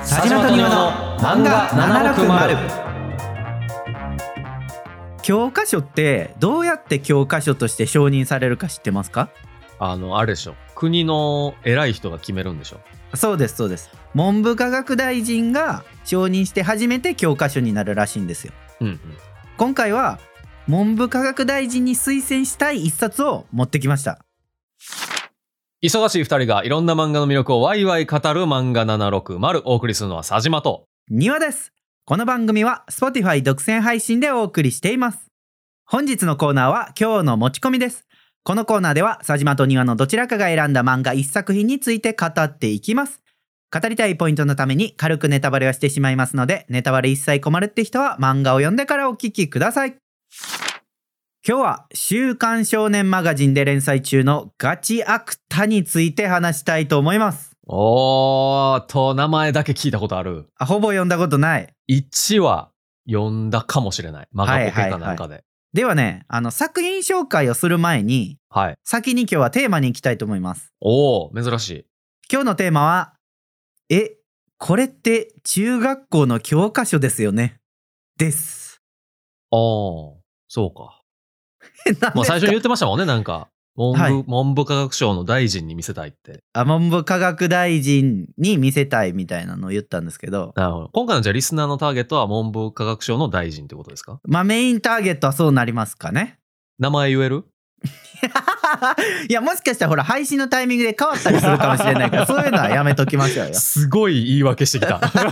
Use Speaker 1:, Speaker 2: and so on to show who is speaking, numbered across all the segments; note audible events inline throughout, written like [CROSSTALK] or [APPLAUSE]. Speaker 1: 佐島と庭の漫画760
Speaker 2: 教科書ってどうやって教科書として承認されるか知ってますか
Speaker 3: あの、あれでしょ。国の偉い人が決めるんでしょ。
Speaker 2: そうですそうです文部科学大臣が承認して初めて教科書になるらしいんですよ
Speaker 3: うんうん。
Speaker 2: 今回は文部科学大臣に推薦したい一冊を持ってきました
Speaker 3: 忙しい二人がいろんな漫画の魅力をワイワイ語る漫画760お送りするのは佐島と。
Speaker 2: 庭ですこの番組は Spotify 独占配信でお送りしています本日のコーナーは今日の持ち込みですこのコーナーでは佐島と庭のどちらかが選んだ漫画一作品について語っていきます語りたいポイントのために軽くネタバレはしてしまいますのでネタバレ一切困るって人は漫画を読んでからお聞きください今日は週刊少年マガジンで連載中のガチアクタについて話したいと思います
Speaker 3: おーと、名前だけ聞いたことある。
Speaker 2: あほぼ読んだことない
Speaker 3: 1話読んだかもしれない。漫画ポケかなんかで。
Speaker 2: ではね、あの作品紹介をする前に、
Speaker 3: はい
Speaker 2: 先に今日はテーマに行きたいと思います。
Speaker 3: おー珍しい。
Speaker 2: 今日のテーマは、え、これって中学校の教科書ですよねです。 [LAUGHS]
Speaker 3: あーそうか。
Speaker 2: なん
Speaker 3: まあ
Speaker 2: で
Speaker 3: 最初に言ってましたもんね、なんか。文部,、
Speaker 2: はい
Speaker 3: 文部科学省の大臣に見せたいって。
Speaker 2: あ文部科学大臣に見せたいみたいなのを言ったんですけど、
Speaker 3: なるほど。今回のじゃあリスナーのターゲットは文部科学省の大臣ってことですか
Speaker 2: まあメインターゲットはそうなりますかね。 [LAUGHS]
Speaker 3: 名前言える
Speaker 2: いや、もしかしたらほら、配信のタイミングで変わったりするかもしれない
Speaker 3: [LAUGHS]
Speaker 2: から、そういうのはやめときましょうよ。
Speaker 3: すごい言い訳して
Speaker 2: [LAUGHS]
Speaker 3: きた。変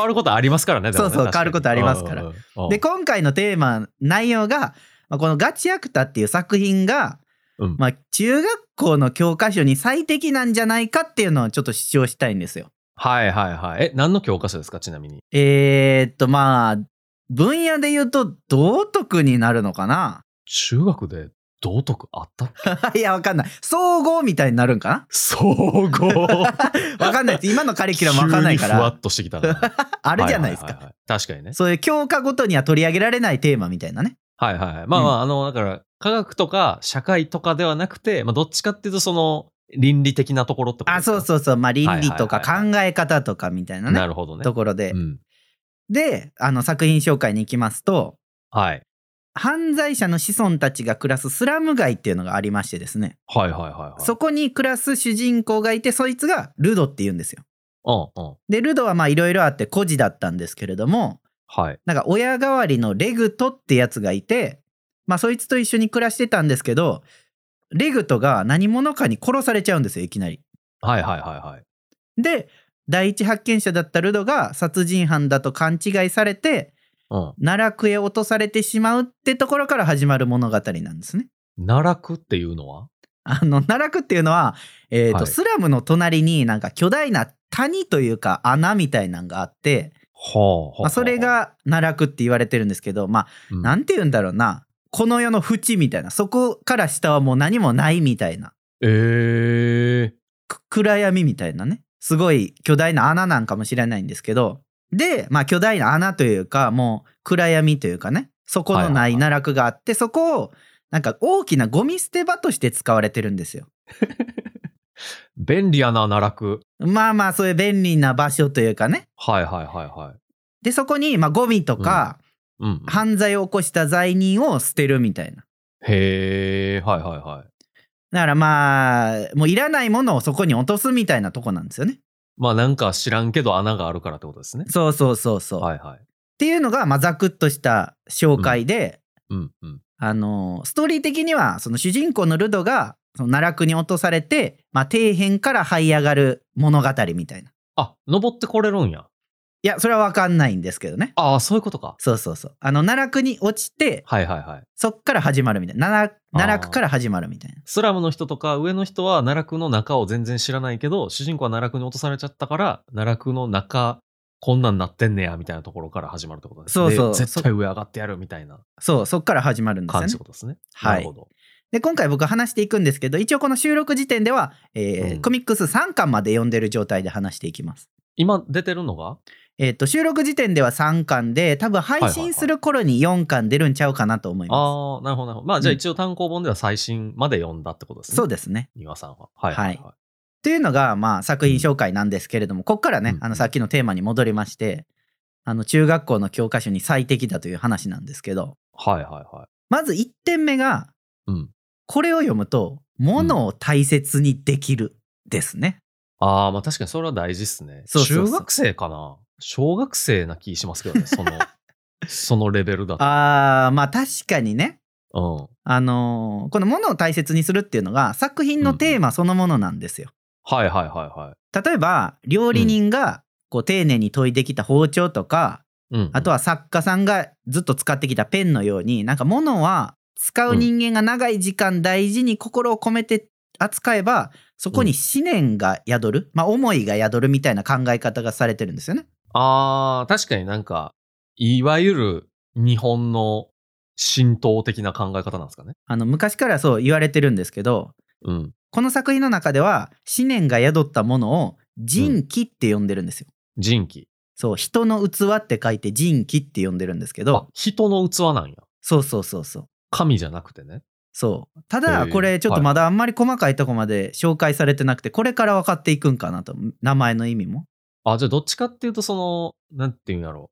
Speaker 3: わることありますからね、でもね
Speaker 2: そうそう
Speaker 3: 確かに
Speaker 2: 変わることありますから
Speaker 3: うんうんうん
Speaker 2: で今回のテーマ内容がまあこの「ガチアクタ」っていう作品が、
Speaker 3: うん
Speaker 2: まあ、中学校の教科書に最適なんじゃないかっていうのをちょっと主張したいんですよ。
Speaker 3: はいはいはい。え、何の教科書ですか、ちなみに。
Speaker 2: えー、っとまあ分野で言うと道徳になるのかな [LAUGHS]
Speaker 3: 中学で道徳あった
Speaker 2: いやわかんない総合みたいになるんか
Speaker 3: 総合。
Speaker 2: なわかんないです今のカリキュラムわかんないか
Speaker 3: 急にふわ
Speaker 2: ら
Speaker 3: っとしてきた
Speaker 2: [LAUGHS]
Speaker 3: な。
Speaker 2: あれじゃないです
Speaker 3: はは
Speaker 2: か。
Speaker 3: ははい確かにね。
Speaker 2: そういう教科ごとには取り上げられないテーマみたいなね。
Speaker 3: はいはいはい。まあまあ、あの、だから、科学とか社会とかではなくて、まあ、どっちかっていうと、その、倫理的なところってこと
Speaker 2: あそう
Speaker 3: う
Speaker 2: そうそうまあ倫理とか
Speaker 3: はいは
Speaker 2: 考え
Speaker 3: い
Speaker 2: 方とかみたいなね
Speaker 3: なるほどね。
Speaker 2: ところで
Speaker 3: うん。
Speaker 2: であの作品紹介に行きますと
Speaker 3: はい。
Speaker 2: 犯罪者の子孫たちが暮らすスラム街っていうのがありましてですね、
Speaker 3: はいはいはいはい。
Speaker 2: そこに暮らす主人公がいてそいつがルドっていうんですよ。
Speaker 3: うんうん。
Speaker 2: でルドはまあいろいろあって孤児だったんですけれども
Speaker 3: はい。
Speaker 2: なんか親代わりのレグトってやつがいて、まあ、そいつと一緒に暮らしてたんですけどレグトが何者かに殺されちゃうんですよいきなり。
Speaker 3: はいはいはいはい。
Speaker 2: で第一発見者だったルドが殺人犯だと勘違いされて
Speaker 3: うん。
Speaker 2: 奈落へ落とされてしまうってところから始まる物語なんですね。
Speaker 3: 奈落っていうのは
Speaker 2: あの奈落っていうのは、えーと
Speaker 3: はい
Speaker 2: スラムの隣になんか巨大な谷というか穴みたいなんがあって、
Speaker 3: はあ、
Speaker 2: まあ、それ、が奈落って言われてるんですけどまあ
Speaker 3: うん
Speaker 2: なんて言うんだろうなこの世の淵みたいなそこから下はもう何もないみたいな
Speaker 3: えー、
Speaker 2: く暗闇みたいなねすごい巨大な穴なんかもしれないんですけどで、まあ、巨大な穴というかもう暗闇というかねそこの
Speaker 3: はいは
Speaker 2: ないい
Speaker 3: はい
Speaker 2: 奈落があって、そこをなんか大きなゴミ捨て場として使われてるんですよ。
Speaker 3: 便利やな、奈落。
Speaker 2: まあまあそういう便利な場所というかね
Speaker 3: はいはいはいはい。
Speaker 2: でそこにまあゴミとか
Speaker 3: うんうん。
Speaker 2: 犯罪を起こした罪人を捨てるみたいな
Speaker 3: へえ、はいはいはい。
Speaker 2: だからまあもういらないものをそこに落とすみたいなとこなんですよね
Speaker 3: まあなんか知らんけど穴があるからってことですね。
Speaker 2: そうそうそうそう、
Speaker 3: はいはい。
Speaker 2: っていうのがまあざくっとした紹介で、
Speaker 3: うんうん。
Speaker 2: あのストーリー的にはその主人公のルドがその奈落に落とされて、まあ、底辺から這い上がる物語みたいな
Speaker 3: あ、登ってこれるんや。
Speaker 2: いやそれは分かんないんですけどね
Speaker 3: ああ、そういうことか。
Speaker 2: そうそうそうあの奈落に落ちて
Speaker 3: はいはいはい。
Speaker 2: そっから始まるみたいな奈落奈落から始まるみたいな
Speaker 3: スラムの人とか上の人は奈落の中を全然知らないけど、主人公は奈落に落とされちゃったから、奈落の中、こんなんなってんねや、みたいなところから始まるってことですね。
Speaker 2: そうそう
Speaker 3: で絶対上上がってやるみたいな
Speaker 2: そう、そっから始まるんですよ
Speaker 3: 感じ
Speaker 2: ね
Speaker 3: って。ことですね。
Speaker 2: はい
Speaker 3: なるほど。
Speaker 2: で、今回僕話していくんですけど、一応この収録時点では、えー
Speaker 3: うん
Speaker 2: コミックス3巻まで読んでる状態で話していきます。
Speaker 3: 今出てるのが
Speaker 2: えっ、と、収録時点では3巻で、多分配信する頃に4巻出るんちゃうかなと思います。
Speaker 3: ああ、なるほどなるほど。まあじゃあ
Speaker 2: うん
Speaker 3: 一応単行本では最新まで読んだってことですね。
Speaker 2: そうですね。
Speaker 3: 庭さんは。はい、
Speaker 2: はい
Speaker 3: はい
Speaker 2: っていうのが、まあ、作品紹介なんですけれども、ここからね、
Speaker 3: うん
Speaker 2: あのさっきのテーマに戻りまして、あの中学校の教科書に最適だという話なんですけど、
Speaker 3: はいはいは
Speaker 2: まず1点目が、
Speaker 3: い。うん。
Speaker 2: これを読むと、ものを大切にできるですね。
Speaker 3: ああ、まあ確かにそれは大事っすね。
Speaker 2: そうそうそう
Speaker 3: 中学生かな小学生な気しますけどね、そ
Speaker 2: [LAUGHS]
Speaker 3: の、そのレベルだと。
Speaker 2: あー、まあ確かにね、
Speaker 3: うん。
Speaker 2: あのーこのものを大切にするっていうのが作品のテーマそのものなんですよ。
Speaker 3: はいはいはいはい。
Speaker 2: 例えば、料理人がこう丁寧に研いできた包丁とか、
Speaker 3: うん、
Speaker 2: あと
Speaker 3: は、
Speaker 2: は作家さんがずっと使ってきたペンのようになんか物は使う人間が長い時間大事に心を込めて扱えばそこに思念が宿る、まあ、思いが宿るみたいな考え方がされてるんですよね。
Speaker 3: ああ、確かになんか、いわゆる日本の浸透的な考え方なんですかね。
Speaker 2: あの昔からそう言われてるんですけど
Speaker 3: うん。
Speaker 2: この作品の中では思念が宿ったものを人気って呼んでるんですよ。
Speaker 3: 人気。
Speaker 2: そう人の器って書いて人気って呼んでるんですけ
Speaker 3: あ
Speaker 2: ど、
Speaker 3: 人の器なんや。
Speaker 2: そうそうそうそう
Speaker 3: 神じゃなくてね。
Speaker 2: そうた
Speaker 3: へ
Speaker 2: だ
Speaker 3: え
Speaker 2: これちょっとまだあんまり細かいとこまで紹介されてなくてこれから分かっていくんかなと名前の意味も
Speaker 3: あ、じゃあどっちかっていうと、その、なんていうんだろ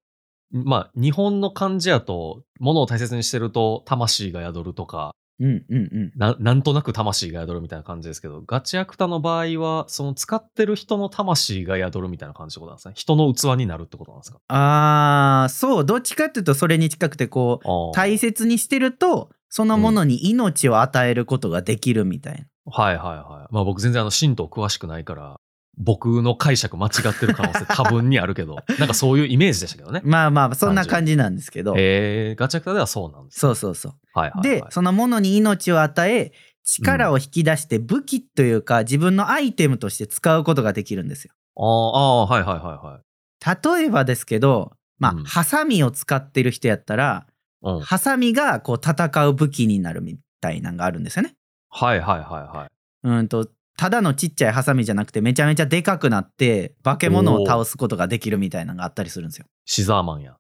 Speaker 3: う。まあ、日本の漢字やと、物を大切にしてると、魂が宿るとか、
Speaker 2: うんうんうん
Speaker 3: ななんとなく魂が宿るみたいな感じですけど、ガチアクタの場合は、その使ってる人の魂が宿るみたいな感じってことなんですね。人の器になるってことなんですか。
Speaker 2: あーそうどっちかっていうとそれに近くてこう
Speaker 3: あ
Speaker 2: 大切にしてるとそのものに命を与えることができるみたいな、
Speaker 3: はいはいはい。まあ僕全然あの神道詳しくないから、僕の解釈間違ってる可能性多分にあ
Speaker 2: [LAUGHS]
Speaker 3: るけど、なんかそういうイメージでしたけどね。
Speaker 2: まあまあそんな感じなんですけど、
Speaker 3: えー、ガチャクタではそうなんです。
Speaker 2: そうそうそう、
Speaker 3: はいはい、はい。
Speaker 2: でそのものに命を与え力を引き出して武器というか、自分のアイテムとして使うことができるんですよ
Speaker 3: あーあー、はいはいは
Speaker 2: 例えばですけどまあ、
Speaker 3: うん
Speaker 2: ハサミを使ってる人やったら
Speaker 3: いはい。うん。
Speaker 2: ハサミがこう戦う武器になるみたいなのがあるんですよね。
Speaker 3: はいはいはいはい。
Speaker 2: うんとただのちっちゃいハサミじゃなくてめちゃめちゃでかくなって化け物を倒すことができるみたいなのがあったりするんですよ。 [LAUGHS]
Speaker 3: シザーマンや。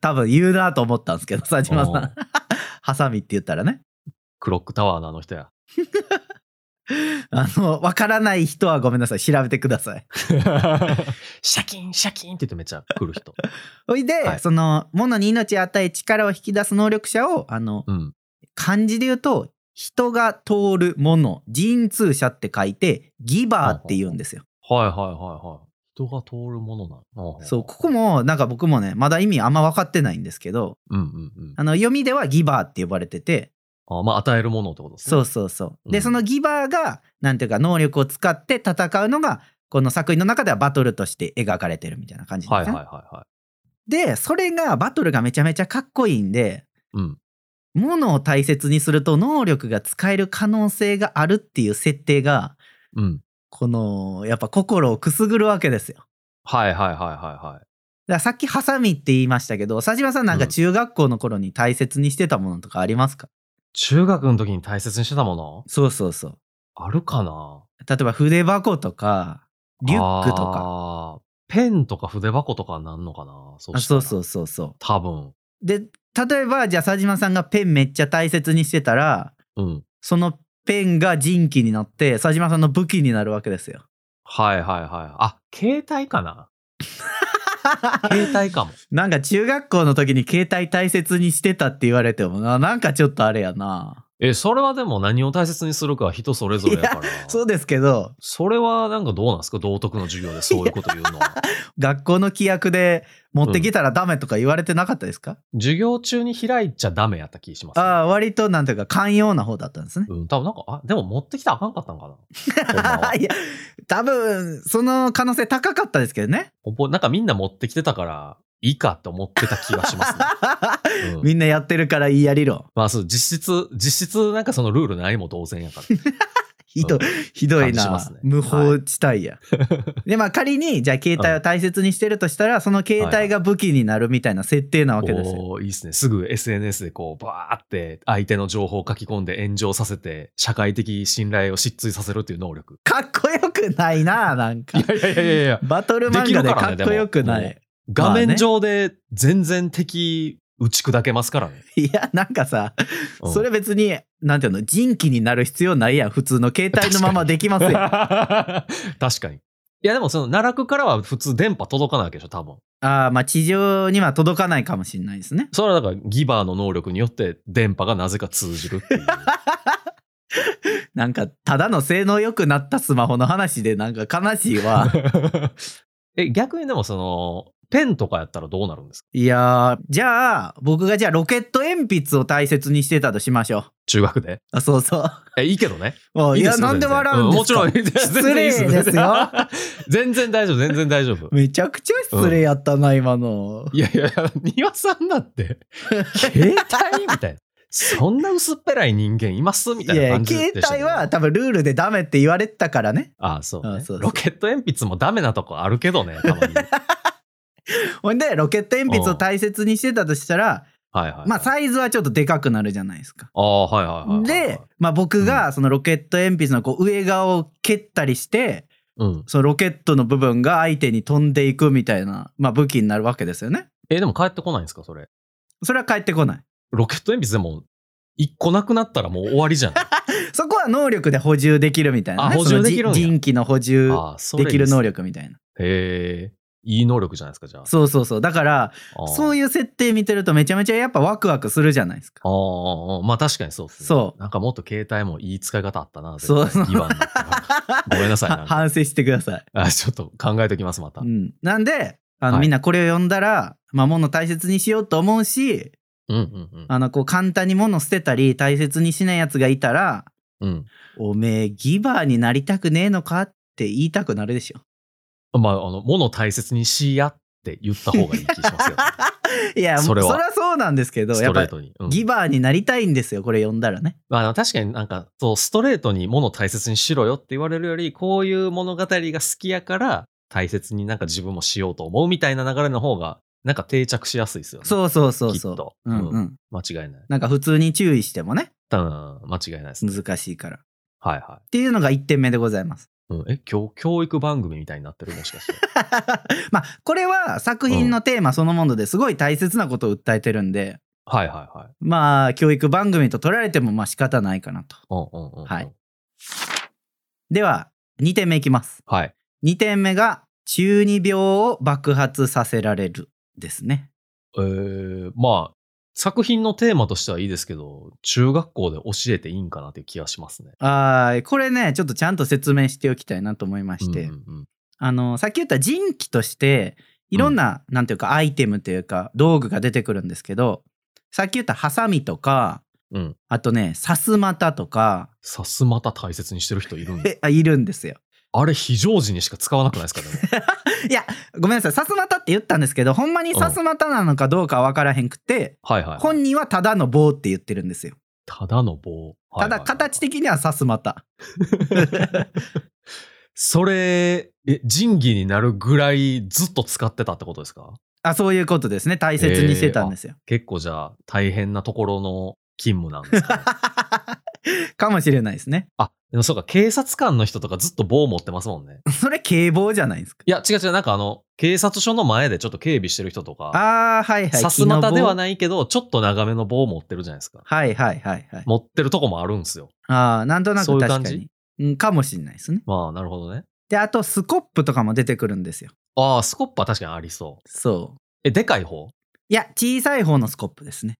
Speaker 2: 多分言うなと思ったんですけど佐島さ
Speaker 3: うん
Speaker 2: ん [LAUGHS] ハサミって言ったらね
Speaker 3: クロックタワーのあの
Speaker 2: [LAUGHS]
Speaker 3: 人や。
Speaker 2: あのわからない人はごめんなさい調べてください。
Speaker 3: シャキンシャキンって言ってめっちゃ来る人。
Speaker 2: ほいで、
Speaker 3: はい
Speaker 2: その物に命を与え力を引き出す能力者をあの
Speaker 3: うん。
Speaker 2: 漢字で言うと人が通るもの人通者って書いてギバーって言うんですよ。
Speaker 3: はいはいはいはい。人が通るものなの。あー
Speaker 2: そう、ここも、なんか僕もね、まだ意味あんま分かってないんですけど、
Speaker 3: うんうんうん。
Speaker 2: あの、読みではギバーって呼ばれてて、
Speaker 3: あーまあ与えるものってことですね。
Speaker 2: そう
Speaker 3: う。
Speaker 2: そうそう。
Speaker 3: う
Speaker 2: で、
Speaker 3: ん
Speaker 2: そのギバーが、なんていうか、能力を使って戦うのが、この作品の中ではバトルとして描かれてるみたいな感じですね。
Speaker 3: はいはいはいはい。
Speaker 2: で、それが、バトルがめちゃめちゃかっこいいんで、
Speaker 3: うん。
Speaker 2: ものを大切にすると能力が使える可能性があるっていう設定が、
Speaker 3: うん。
Speaker 2: この、やっぱ心をくすぐるわけですよ。
Speaker 3: はいはいはいはい
Speaker 2: だ
Speaker 3: はい。
Speaker 2: からさっきハサミって言いましたけど佐島さんなんか中学校の頃に大切にしてたものとかありますか、
Speaker 3: 中学の時に大切にしてたもの
Speaker 2: そうそうそう
Speaker 3: あるかな
Speaker 2: 例えば筆箱とかリュックとか
Speaker 3: か。ペンとか筆箱とかなんのかなそ。
Speaker 2: あそうそううそうそ
Speaker 3: 多分。
Speaker 2: うで例えばじゃあ佐島さんがペンめっちゃ大切にしてたら
Speaker 3: うん。
Speaker 2: そのペンが人気になって佐島さんの武器になるわけですよ
Speaker 3: はいはいはい。あ、携帯かな
Speaker 2: [LAUGHS]
Speaker 3: 携帯かも。
Speaker 2: なんか中学校の時に携帯大切にしてたって言われてもななんかちょっとあれやな
Speaker 3: え、それはでも何を大切にするかは人それぞれやから。
Speaker 2: そうですけど
Speaker 3: それはなんかどうなんですか道徳の授業でそういうこと言うの
Speaker 2: [LAUGHS]
Speaker 3: は。
Speaker 2: 学校の規約で持ってきたらダメとか言われてなかったですか、
Speaker 3: 授業中に開いちゃダメやった気します、ね。
Speaker 2: ああ、割となんていうか寛容な方だったんですね。
Speaker 3: うん、多分なんか、あ、でも持ってきたらあかんかったんかな
Speaker 2: [LAUGHS]
Speaker 3: ほんまは
Speaker 2: いや、多分、その可能性高かったですけどね。
Speaker 3: 覚えなんかみんな持ってきてたから、いいかって思ってた気がします [LAUGHS] ね。うん
Speaker 2: みんなやってるから言いやりろ。
Speaker 3: まあそう、実質、実質なんかそのルールないも同然や [LAUGHS] から。
Speaker 2: ひど,、
Speaker 3: うん
Speaker 2: ひどい
Speaker 3: 感じし
Speaker 2: な、
Speaker 3: ますね
Speaker 2: 無法地帯や。で、まあ仮に、じゃあ携帯を大切にしてるとしたら、その携帯が武器になるみたいな設定なわけですよ。
Speaker 3: おーいいですね。すぐ SNS でこう、バーって相手の情報を書き込んで炎上させて、社会的信頼を失墜させるっていう能力。
Speaker 2: かっこよくないな、なんか
Speaker 3: い。やいやいやいやいや、
Speaker 2: バトル漫画でかっこよくな
Speaker 3: できるからねで
Speaker 2: い。
Speaker 3: も画面上で全然敵打ち砕けますからね。
Speaker 2: いや、なんかさ、
Speaker 3: うん
Speaker 2: それ別に、なんていうの、人気になる必要ないやん。普通の携帯のままできます
Speaker 3: [LAUGHS]
Speaker 2: よ。
Speaker 3: 確かに。いや、でもその奈落からは普通電波届かないわけでしょ、多分。
Speaker 2: ああ、まあ地上には届かないかもしれないですね。
Speaker 3: それはだからギバーの能力によって電波がなぜか通じるっ
Speaker 2: [LAUGHS]
Speaker 3: ていう。
Speaker 2: なんか、ただの性能良くなったスマホの話で、なんか悲しい
Speaker 3: [LAUGHS]
Speaker 2: わ。
Speaker 3: え、逆にでもその、ペンとかやったらどうなるんですか
Speaker 2: いやー、じゃあ、僕がじゃあロケット鉛筆を大切にしてたとしましょう。
Speaker 3: 中学で。
Speaker 2: あ、そうそう。
Speaker 3: え、いいけどね。
Speaker 2: おい
Speaker 3: いい
Speaker 2: や、
Speaker 3: すよ
Speaker 2: なんで笑うんですか、
Speaker 3: 全然うんもち
Speaker 2: [LAUGHS]
Speaker 3: ろん、
Speaker 2: 失礼
Speaker 3: 全然いい
Speaker 2: ですよ。。
Speaker 3: [LAUGHS] 全然大丈夫、全然大丈夫。
Speaker 2: めちゃくちゃ失礼やったな、今の。
Speaker 3: いやいやいや、庭さんだって、
Speaker 2: [LAUGHS]
Speaker 3: 携帯みたいな。そんな薄っぺらい人間いますみ
Speaker 2: い
Speaker 3: たいな
Speaker 2: や
Speaker 3: 感じで
Speaker 2: 携
Speaker 3: したけど
Speaker 2: 帯は多分ルールでダメって言われてたからね。
Speaker 3: ああそうね、
Speaker 2: ああそうそう
Speaker 3: ロケット鉛筆もダメなとこあるけどね、
Speaker 2: [LAUGHS]
Speaker 3: たまに。はい
Speaker 2: ほんで、ロケット鉛筆を大切にしてたとしたら、
Speaker 3: はいはい。
Speaker 2: まあ、サイズはちょっとでかくなるじゃないですか。
Speaker 3: ああ、はいはいはいはい。
Speaker 2: で、まあ、僕がそのロケット鉛筆のこう上側を蹴ったりして、
Speaker 3: うん。
Speaker 2: そのロケットの部分が相手に飛んでいくみたいな、まあ、武器になるわけですよね。
Speaker 3: え、でも帰ってこないんですか、それ。
Speaker 2: それは返ってこない。
Speaker 3: ロケット鉛筆でも、一個なくなったらもう終わ
Speaker 2: [LAUGHS]
Speaker 3: りじゃない。
Speaker 2: そこは能力で補充できるみたいな、ね。
Speaker 3: あ補充
Speaker 2: その
Speaker 3: できるんや
Speaker 2: 人気の補充
Speaker 3: ああ、それ
Speaker 2: で
Speaker 3: いい
Speaker 2: きる
Speaker 3: す
Speaker 2: 能力みたいな。
Speaker 3: へえ、いい能力じゃないですか、じゃあ。
Speaker 2: そうそうそう。だから、
Speaker 3: ああ
Speaker 2: そういう設定見てるとめちゃめちゃやっぱワクワクするじゃないですか。
Speaker 3: ああああ、まあ確かにそうですね。。
Speaker 2: そう
Speaker 3: なんかもっと携帯もいい使い方あったな、
Speaker 2: そう
Speaker 3: 絶対ギ
Speaker 2: [LAUGHS]
Speaker 3: バーになったらごめんなさい
Speaker 2: は
Speaker 3: なんか
Speaker 2: 反省してください。
Speaker 3: あ。ちょっと考えておきます、また。
Speaker 2: う
Speaker 3: うん。
Speaker 2: ん、なんで、あの、
Speaker 3: はい
Speaker 2: みんなこれを読んだら、まあ、物を大切にしようと思うし、
Speaker 3: うんうん
Speaker 2: あの、こう、簡単に物捨てたり、大切にしないやつがいたら、
Speaker 3: うん。
Speaker 2: おめえ、ギバーになりたくねえのかって言いたくなるでしょ。 [LAUGHS]
Speaker 3: うん。まあ、あの、物を大切にしやって言った方がいい気し
Speaker 2: [LAUGHS]
Speaker 3: ますよ。
Speaker 2: いや、そ
Speaker 3: そ
Speaker 2: れ
Speaker 3: れは
Speaker 2: はそうなんですけど、
Speaker 3: ス
Speaker 2: や
Speaker 3: ト
Speaker 2: っぱ
Speaker 3: レー、トに。うん
Speaker 2: ギバーになりたいんですよ、これ読んだらね。
Speaker 3: まあ、確かになんか、そう、ストレートに物を大切にしろよって言われるより、こういう物語が好きやから、大切になんか自分もしようと思うみたいな流れの方が、なんか定着しやすいですよね。う
Speaker 2: そうそうそう
Speaker 3: きっ
Speaker 2: そ
Speaker 3: と
Speaker 2: う。うんう。
Speaker 3: うん間違いない。
Speaker 2: なんか普通に注意してもね、
Speaker 3: 多分間違いないですね。
Speaker 2: 難しいから。っ
Speaker 3: はいは
Speaker 2: ていうのが1点目でございます。 [LAUGHS]
Speaker 3: い。うん、え、教、教育番組みたいになってるもしかして。
Speaker 2: まあこれは作品のテーマそのものですごい大切なことを訴えてるんで、
Speaker 3: はいはいはい。
Speaker 2: まあ教育番組と取られてもまあ仕方ないかなと。
Speaker 3: うんうんうんうん。
Speaker 2: はい。では2点目いきます。
Speaker 3: はい。
Speaker 2: 2点目が中二病を爆発させられるですね。
Speaker 3: えー、まあ、作品のテーマとしてはいいですけど、中学校で教えていいんかなっていう気がしますね。
Speaker 2: あーこれねちょっとちゃんと説明しておきたいなと思いまして、
Speaker 3: うんうんうん
Speaker 2: あのさっき言った人気としていろんな、なんていうかアイテムというか道具が出てくるんですけどさっき言ったハサミとか、
Speaker 3: うん
Speaker 2: あとねさすまたとか
Speaker 3: さすまた大切にしてる人いるんで。
Speaker 2: えあいるんですよ。
Speaker 3: あれ、非常時にしか使わなくないですか、
Speaker 2: [LAUGHS]
Speaker 3: でも。
Speaker 2: ごめんなさい、さすまたって言ったんですけど、ほんまにさすまたなのかどうかわからへんくて、
Speaker 3: はいはいはい。
Speaker 2: 本人はただの棒って言ってるんですよ。
Speaker 3: ただの棒。
Speaker 2: ただ形的にはさすまた。
Speaker 3: で。それ、え、仁義になるぐらいずっと使ってたってことですか
Speaker 2: あ、そういうことですね。大切にしてたんですよ。
Speaker 3: 結構じゃあ大変なところの勤務なんです
Speaker 2: [LAUGHS]
Speaker 3: かね、
Speaker 2: かもしれないですね。
Speaker 3: あ、でもそうか、警察官の人とかずっと棒持ってますもんね。
Speaker 2: それ警棒じゃないですか。
Speaker 3: いや、違う違う、なんかあの、警察署の前でちょっと警備してる人とか、
Speaker 2: あー、はいはい。。
Speaker 3: さすまたではいないけど、ちょっと長めの棒持ってるじゃないですか。
Speaker 2: はいはいはいはい。
Speaker 3: 持ってるとこもあるんですよ。
Speaker 2: あー、なんとな
Speaker 3: そ
Speaker 2: く
Speaker 3: ういう
Speaker 2: 確
Speaker 3: 感
Speaker 2: か
Speaker 3: じ
Speaker 2: に。うん、かもしれないですね。
Speaker 3: まあ、なるほどね。
Speaker 2: で、あと、スコップとかも出てくるんですよ。
Speaker 3: ああ、スコップは確かにありそう。
Speaker 2: そう。
Speaker 3: え、でかい方
Speaker 2: いや、小さい方のスコップですね。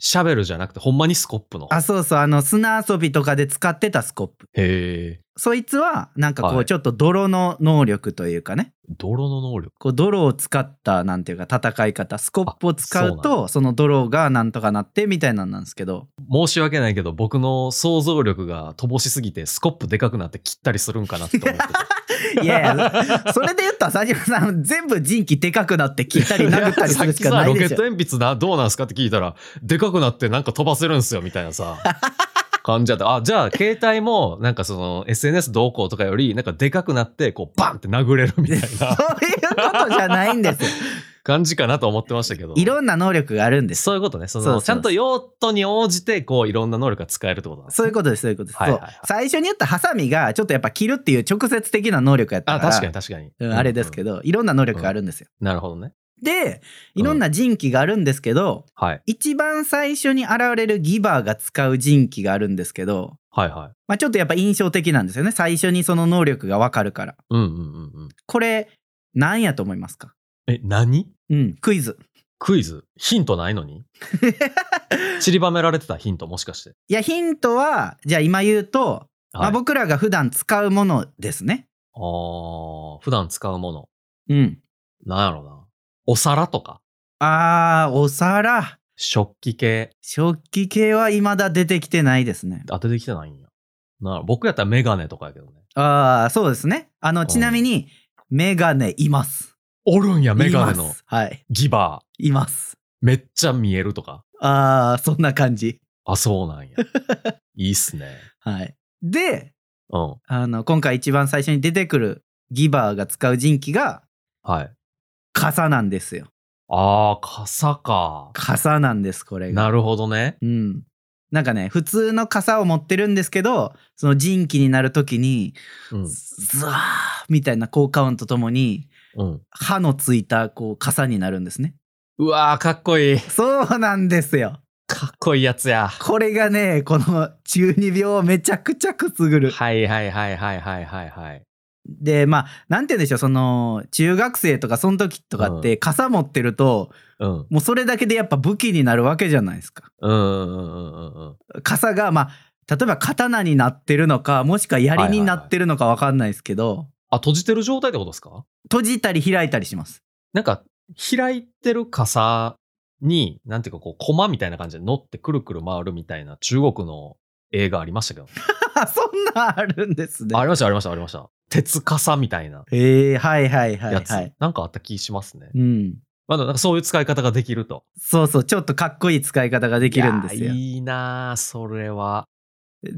Speaker 3: シャベルじゃなくて、ほんまにスコップの方。
Speaker 2: あ、そうそう、あの、砂遊びとかで使ってたスコップ。
Speaker 3: へえ。
Speaker 2: そいつは、なんかこ
Speaker 3: は
Speaker 2: う、
Speaker 3: い
Speaker 2: ちょっと泥の能力というかね、
Speaker 3: 泥の能力。
Speaker 2: こう、泥を使った、なんていうか、戦い方、スコップを使う
Speaker 3: あそうな
Speaker 2: と、その泥がなんとかなって、みたいなんなんですけ
Speaker 3: [LAUGHS]
Speaker 2: ど、
Speaker 3: 申し訳ないけど、僕の想像力が乏しすぎて、スコップでかくなって切ったりするんかなって思ってた。
Speaker 2: いやいや、それで言ったら、佐島さん、全部人気でかくなって、切ったり [LAUGHS] 殴ったりするしかないでしょ
Speaker 3: さっきさロケッ。ト鉛筆な、どうなんすかって聞いたら、でかくなってなんか飛ばせるんすよ、みたい
Speaker 2: [LAUGHS]
Speaker 3: なさ。感じだった。あ、じゃあ、携帯も、なんかその、SNS 同行とかより、なんかでかくなって、こう、バンって殴れるみたい
Speaker 2: そう [LAUGHS] いう
Speaker 3: な
Speaker 2: ことじゃないんですよ。
Speaker 3: 感じかなと思ってましたけど。
Speaker 2: いろんな能力があるんです。
Speaker 3: そういうことね。その
Speaker 2: そうそう
Speaker 3: ちゃんと用途に応じて、こう、いろんな能力が使えるってことなんです
Speaker 2: そう
Speaker 3: ね
Speaker 2: いうことです、そういうことです。
Speaker 3: はいはいはい
Speaker 2: そう最初に言ったハサミが、ちょっとやっぱ切るっていう直接的な能力やった
Speaker 3: あ、
Speaker 2: から、
Speaker 3: 確かに確かに。
Speaker 2: うんあれですけ
Speaker 3: ど。
Speaker 2: ど、いろんな能力があるんですよ
Speaker 3: なるほどね。
Speaker 2: で、いろんな人気があるんですけど、
Speaker 3: はい。
Speaker 2: 一番最初に現れるギバーが使う人気があるんですけど、
Speaker 3: はいはい。
Speaker 2: まあ、ちょっとやっぱ印象的なんですよね。最初にその能力がわかるから。
Speaker 3: うんうんうんうん。
Speaker 2: これ、何やと思いますか
Speaker 3: え、何
Speaker 2: うん、クイズ。
Speaker 3: クイズヒントないの [LAUGHS] に散りばめられてたヒントもしかして。
Speaker 2: いや、ヒントは、じゃあ今言うと、ま
Speaker 3: は
Speaker 2: あ、
Speaker 3: い、あ
Speaker 2: 僕らが普段使うものですね。
Speaker 3: ー普段使うもの。
Speaker 2: うん。
Speaker 3: なんやろな。お皿とか、
Speaker 2: あー、お皿。
Speaker 3: 食器系、
Speaker 2: 食器系は未だ出てきてないですね。
Speaker 3: 当ててきてないんや。なんやろ僕やったらメガネとかやけどね。
Speaker 2: あー、そうですね。あの、
Speaker 3: ん
Speaker 2: ちなみに、メガネいます。
Speaker 3: おるんや、メガネ
Speaker 2: いま
Speaker 3: の
Speaker 2: す。はい。
Speaker 3: ギバー。
Speaker 2: います。
Speaker 3: めっちゃ見えるとか。
Speaker 2: あー、そんな感じ。
Speaker 3: あ、そうなん [LAUGHS] や。いいっすね。
Speaker 2: はい。で、
Speaker 3: うん。
Speaker 2: あの、今回一番最初に出てくるギバーが使う人気が、
Speaker 3: はい。
Speaker 2: 傘なんですよ。
Speaker 3: あー、傘か。
Speaker 2: 傘なんです、これが。
Speaker 3: なるほどね。
Speaker 2: うん。なんかね、普通の傘を持ってるんですけど、その人気になるときに、
Speaker 3: うん。
Speaker 2: ズワーみたいな効果音とともに、
Speaker 3: うん。
Speaker 2: 歯のついたこう傘になるんですね。
Speaker 3: うわー、かっこいい。
Speaker 2: そうなんですよ。
Speaker 3: かっこいいやつや。
Speaker 2: これがね、この中二病をめちゃくちゃくすぐる。
Speaker 3: はいはいはいはいはいはいはい。
Speaker 2: で、まあ、なんて言うんでしょう、その、中学生とかその時とかって傘持ってると、
Speaker 3: うん。
Speaker 2: もうそれだけでやっぱ武器になるわけじゃないですか。
Speaker 3: うんうんうんうんうん。
Speaker 2: 傘が、まあ、例えば刀になってるのか、もしくは槍になってるのかわかんないですけど、
Speaker 3: あ、閉じてる状態ってことですか
Speaker 2: 閉じたり開いたりします。 [LAUGHS]
Speaker 3: なんか、開いてる傘に、なんていうかこう、駒みたいな感じで乗ってくるくる回るみたいな中国の映画ありましたけど。
Speaker 2: そんなんあるんですね
Speaker 3: あ。りましたありましたありました。鉄傘みたいな
Speaker 2: へえはいはいはい
Speaker 3: やつ。
Speaker 2: はい。
Speaker 3: なんかあった気しますね。
Speaker 2: うん。
Speaker 3: まあ、なんかそういう使い方ができると。
Speaker 2: そうそう、ちょっとかっこいい使い方ができるんです
Speaker 3: いや
Speaker 2: よ。
Speaker 3: ーいいなあそれは。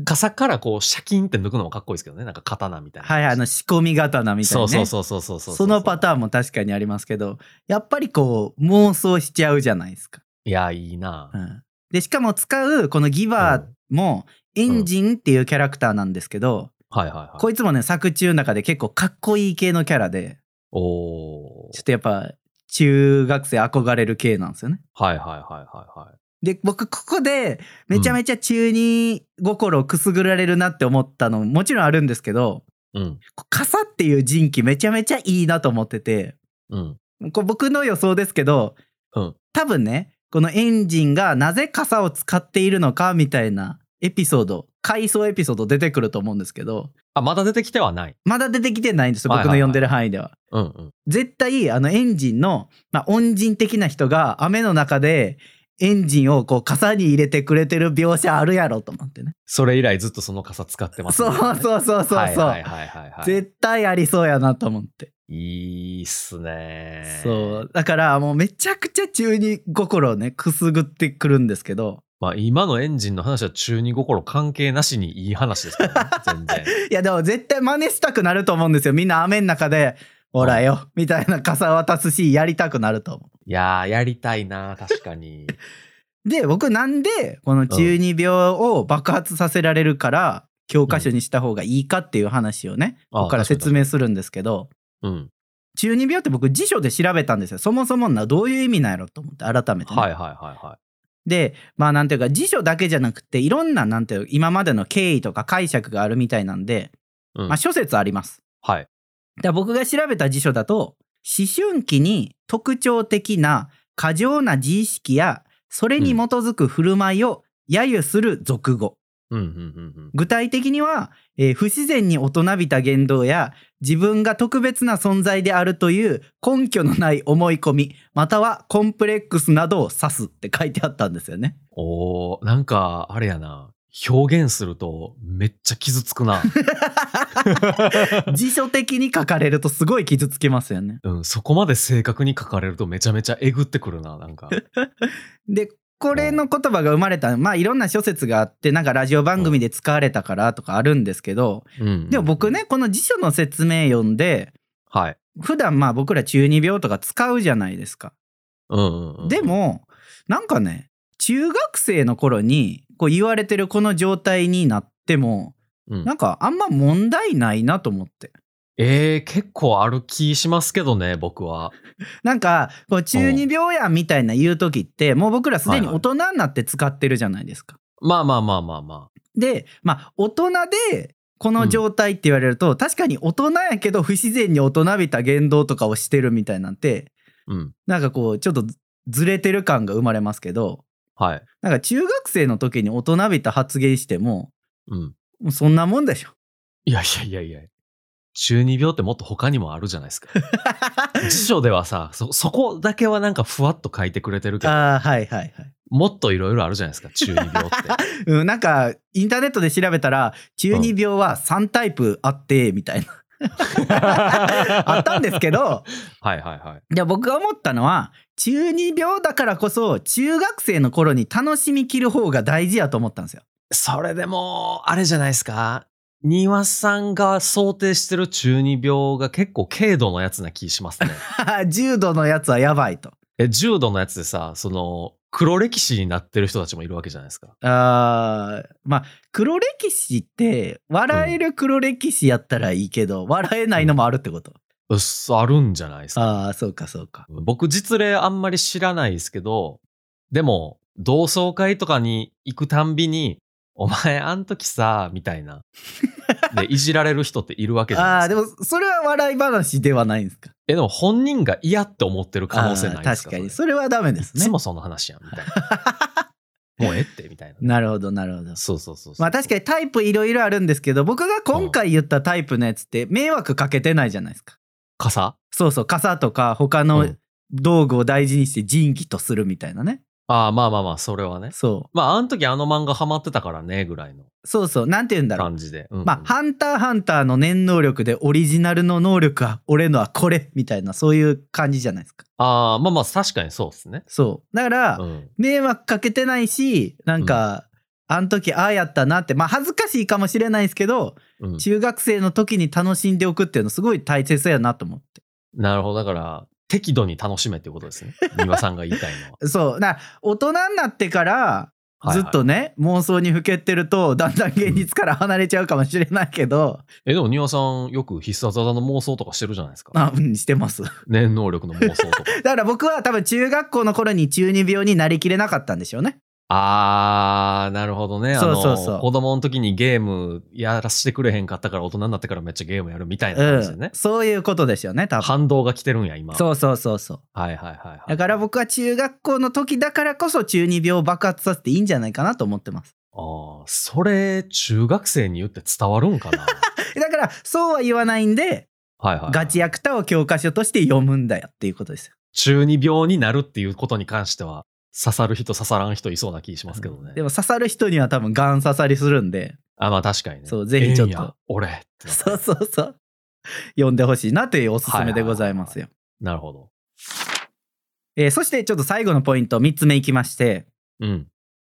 Speaker 3: 傘からこう、シャキンって抜くのもかっこいいですけどね。なんか刀みたいな。
Speaker 2: はいはい、あの仕込み刀みたいな、
Speaker 3: そ
Speaker 2: ね。
Speaker 3: うそうそうそうそうう
Speaker 2: そのパターンも確かにありますけど、やっぱりこう、妄想しちゃうじゃないですか。
Speaker 3: いや、いいな
Speaker 2: う。ん、で、しかも使う、このギバーも、エンジンっていうキャラクターなんですけど、
Speaker 3: はいはいはい。
Speaker 2: こいつもね、作中の中で結構かっこいい系のキャラで、
Speaker 3: おー
Speaker 2: ちょっとやっぱ、中学生憧れる系なんですよね。
Speaker 3: はいはいはいはいはい。
Speaker 2: で、僕、ここで、めちゃめちゃ中二心をくすぐられるなって思ったのも、もちろんあるんですけど、
Speaker 3: うん。
Speaker 2: 傘っていう人気めちゃめちゃいいなと思ってて、
Speaker 3: うん。
Speaker 2: これ僕の予想ですけど、
Speaker 3: うん
Speaker 2: 多分ねこのエンジンがなぜ傘を使っているのかみたいなエピソード回想エピソード出てくると思うんですけど
Speaker 3: あ、まだ出てきてはない。
Speaker 2: まだ出てきてないんですよ
Speaker 3: はい
Speaker 2: 僕
Speaker 3: はい
Speaker 2: の
Speaker 3: は
Speaker 2: 読
Speaker 3: い
Speaker 2: んでる範囲では。
Speaker 3: うんうん。
Speaker 2: 絶対あのエンジンの、まあ、恩人的な人が雨の中でエンジンをこう傘に入れてくれてる描写あるやろと思ってね。
Speaker 3: それ以来ずっとその傘使ってます、
Speaker 2: そうそうそうそう
Speaker 3: はい
Speaker 2: そう。
Speaker 3: はいはいはい、はい。
Speaker 2: 絶対ありそうやなと思って。
Speaker 3: いいっすね。
Speaker 2: そう。だからもうめちゃくちゃ中に心をねくすぐってくるんですけど
Speaker 3: まあ今のエンジンの話は中二心関係なしにいい話ですから
Speaker 2: [LAUGHS]
Speaker 3: ね。全然。
Speaker 2: いやでも絶対真似したくなると思うんですよみんな雨の中で「ほらよ」みたいな傘渡すしやりたくなると思
Speaker 3: いやー、やりたいな確かに。
Speaker 2: う。で僕なんでこの中二病を爆発させられるから教科書にした方がいいかっていう話をね、
Speaker 3: ああ
Speaker 2: ここから説明するんですけど [LAUGHS]
Speaker 3: うん。
Speaker 2: 中二病って僕辞書で調べたんですよそもそもなどういう意味なんやろと思って改めて、ね
Speaker 3: はいはいはいはい。
Speaker 2: でまあなんていうか辞書だけじゃなくていろんななんていう今までの経緯とか解釈があるみたいなんで、
Speaker 3: うん
Speaker 2: まあ諸説あります。
Speaker 3: はい。
Speaker 2: だから僕が調べた辞書だと思春期に特徴的な過剰な自意識やそれに基づく振る舞いを揶揄する俗語、
Speaker 3: うんうんうん
Speaker 2: 具体的には、えー不自然に大人びた言動や自分が特別な存在であるという根拠のない思い込みまたはコンプレックスなどを指すって書いてあったんですよね。
Speaker 3: うん。おー、なんか、あれやな。表現するとめっちゃ傷つくな。
Speaker 2: 辞書的に書かれるとすごい傷つきますよね。
Speaker 3: うん、そこまで正確に書かれるとめちゃめちゃえぐってくるな、な
Speaker 2: [LAUGHS]
Speaker 3: んか。
Speaker 2: でこれの言葉が生まれたまあいろんな諸説があってなんかラジオ番組で使われたからとかあるんですけど
Speaker 3: うんうん
Speaker 2: でも僕。ねこの辞書の説明読んで
Speaker 3: はい。
Speaker 2: 普段まあ僕ら中二病とか使うじゃないですか。
Speaker 3: うんうんうん、
Speaker 2: で、もなんかね中学生の頃にこう言われてるこの状態になっても
Speaker 3: うん
Speaker 2: なんかあんま問題ないなと思って。
Speaker 3: ええ結構ある気しますけどね、僕は。
Speaker 2: なんか、こう中二病やんみたいな言う時って、もう僕らすでに大人になって使ってるじゃないですか。
Speaker 3: まあまあまあまあま
Speaker 2: で、まあ、大人で、この状態って言われると、確かに大人やけど不自然に大人びた言動とかをしてるみたいなんて、
Speaker 3: あ。うん。
Speaker 2: なんかこう、ちょっとずずれてる感が生まれますけど、
Speaker 3: はい。
Speaker 2: なんか中学生の時に大人びた発言しても、
Speaker 3: うん。
Speaker 2: もうそんなもんでしょ。
Speaker 3: いやいやいやいや。中二病ってもっと他にもあるじゃな
Speaker 2: [LAUGHS]
Speaker 3: いですか。辞書ではさ、そ、そこだけはなんかふわっと書いてくれてるけど、
Speaker 2: ああ、はいはいはい。
Speaker 3: もっといろいろあるじゃないですか、中二病って。
Speaker 2: うん、なんか、インターネットで調べたら、中二病は3タイプあって、みたいな。 [LAUGHS] あ
Speaker 3: あ
Speaker 2: ったんですけ。ど、
Speaker 3: はいはいはい。
Speaker 2: で僕が思ったのは、中二病だからこそ、中学生の頃に楽しみきる方が大事やと思ったんですよ。
Speaker 3: それでも、あれじゃないですか。庭さんが想定してる中二病が結構軽度のやつな気します
Speaker 2: [LAUGHS]
Speaker 3: ね。
Speaker 2: 重度のやつはやばいと。
Speaker 3: え、重度のやつでさ、その、黒歴史になってる人たちもいるわけじゃないですか。
Speaker 2: あーまあ、黒歴史って、笑える黒歴史やったらいいけど、笑えないのもあるってこと。
Speaker 3: うっそ、あるんじゃないですか。
Speaker 2: ああ、そうかそうか。
Speaker 3: 僕、実例あんまり知らないですけど、でも、同窓会とかに行くたんびに、お前、あん時さ、みたい
Speaker 2: [LAUGHS]
Speaker 3: な。で、いじられる人っているわけじゃない
Speaker 2: あ
Speaker 3: です
Speaker 2: あ、
Speaker 3: か。
Speaker 2: でも、それは笑い話ではないんですか。
Speaker 3: え、でも本人が嫌って思ってる可能性ないですか
Speaker 2: あー確かに。
Speaker 3: それ
Speaker 2: それはダメです
Speaker 3: いつ
Speaker 2: ね。
Speaker 3: もその話やん、みた
Speaker 2: [LAUGHS]
Speaker 3: いな。もうええって、みたいな。
Speaker 2: なるほど、なるほど。
Speaker 3: そうそうそうそう。
Speaker 2: まあ確かにタイプいろいろあるんですけど、僕が今回言ったタイプのやつって迷惑かけてないじゃないですか。
Speaker 3: 傘
Speaker 2: そうそう、傘とか他
Speaker 3: う
Speaker 2: の
Speaker 3: ん
Speaker 2: 道具を大事にして仁義とするみたいなね。
Speaker 3: ああ、まあまあまあ、それはね。
Speaker 2: そ
Speaker 3: まあ、あの時あの漫画ハマってたからね、ぐらいの
Speaker 2: う。そうそう、なんて言うんだろう。
Speaker 3: 感じで。うんうん
Speaker 2: まあ、ハンターハンターの念能力でオリジナルの能力は俺のはこれみたいなそういう感じじゃないですか。
Speaker 3: ああ、まあまあ、確かにそうですね。
Speaker 2: そう。だから、
Speaker 3: うん。
Speaker 2: 迷惑かけてないし、なんか、あの時ああやったなって、まあ恥ずかしいかもしれないですけど、
Speaker 3: うん、
Speaker 2: 中学生の時に楽しんでおくっていうのすごい大切やなと思って。。
Speaker 3: なるほど。だから、適度に楽しめってことですね。庭さんが言いたいのは
Speaker 2: そう。な、大人になってから、
Speaker 3: はい
Speaker 2: ず
Speaker 3: は
Speaker 2: っ
Speaker 3: い
Speaker 2: とね、妄想にふけってると、だんだん現実から離れちゃうかもしれないけど、
Speaker 3: え、でも庭さん、よく必殺技の妄想とかしてるじゃないですか。
Speaker 2: あ、うん、してます。 [LAUGHS] だ
Speaker 3: 念能力の妄想とか。
Speaker 2: から僕は多分中学校の頃に中二病になりきれなかったんでしょうね。
Speaker 3: あー、なるほどね。あの
Speaker 2: そうそうそう
Speaker 3: 子供の時にゲームやらせてくれへんかったから大人になってからめっちゃゲームやるみたいな
Speaker 2: う
Speaker 3: 感じで
Speaker 2: ん。
Speaker 3: ね。
Speaker 2: そういうことですよね、多分。
Speaker 3: 反動が来てるんや、今。
Speaker 2: そうそうそうそう。
Speaker 3: はいはいはい、はい。
Speaker 2: だから。僕は中学校の時だからこそ中二病を爆発させていいんじゃないかなと思ってます。
Speaker 3: あーそれ、中学生に言って伝わるん
Speaker 2: [LAUGHS]
Speaker 3: か
Speaker 2: だ
Speaker 3: な
Speaker 2: から、そうは言わないんで、
Speaker 3: はいはい。
Speaker 2: ガチヤクタを教科書として読むんだよっていうことですよ。
Speaker 3: 中二病になるっていうことに関しては、刺さる人、刺さらん人いそうな気しますけどね。
Speaker 2: でも刺さる人には多分ガン刺さりするんで、
Speaker 3: あ、まあ確かにね。
Speaker 2: そうぜひちょっと
Speaker 3: ええんや俺ってな
Speaker 2: そうそうそう。読んでほしいなというおすすめでございますよ。
Speaker 3: なるほど。
Speaker 2: えーそしてちょっと最後のポイント3つ目いきまして、
Speaker 3: うん。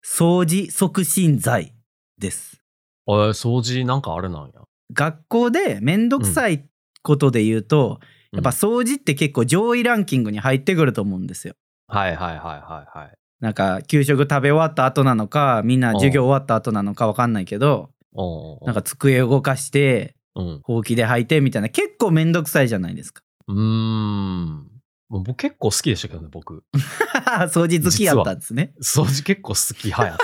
Speaker 2: 掃除促進剤です。
Speaker 3: えー掃除なんかあれなんや。
Speaker 2: 学校でめんどくさいことで言うと、
Speaker 3: うん
Speaker 2: やっぱ掃除って結構上位ランキングに入ってくると思うんですよ。
Speaker 3: はいはいはいはいはい。
Speaker 2: なんか給食食べ終わった後なのかみんな授業終わった後なのか分かんないけど
Speaker 3: おうおうおう
Speaker 2: なんか、机動かして
Speaker 3: うん。
Speaker 2: ほうきで履いてみたいな結構めんどくさいじゃないですか。 [LAUGHS]
Speaker 3: うーん。もう僕結構好きでしたけどね、僕。 [LAUGHS]
Speaker 2: 掃除好きやったんですね。 [LAUGHS]
Speaker 3: 掃除結構好き派やっ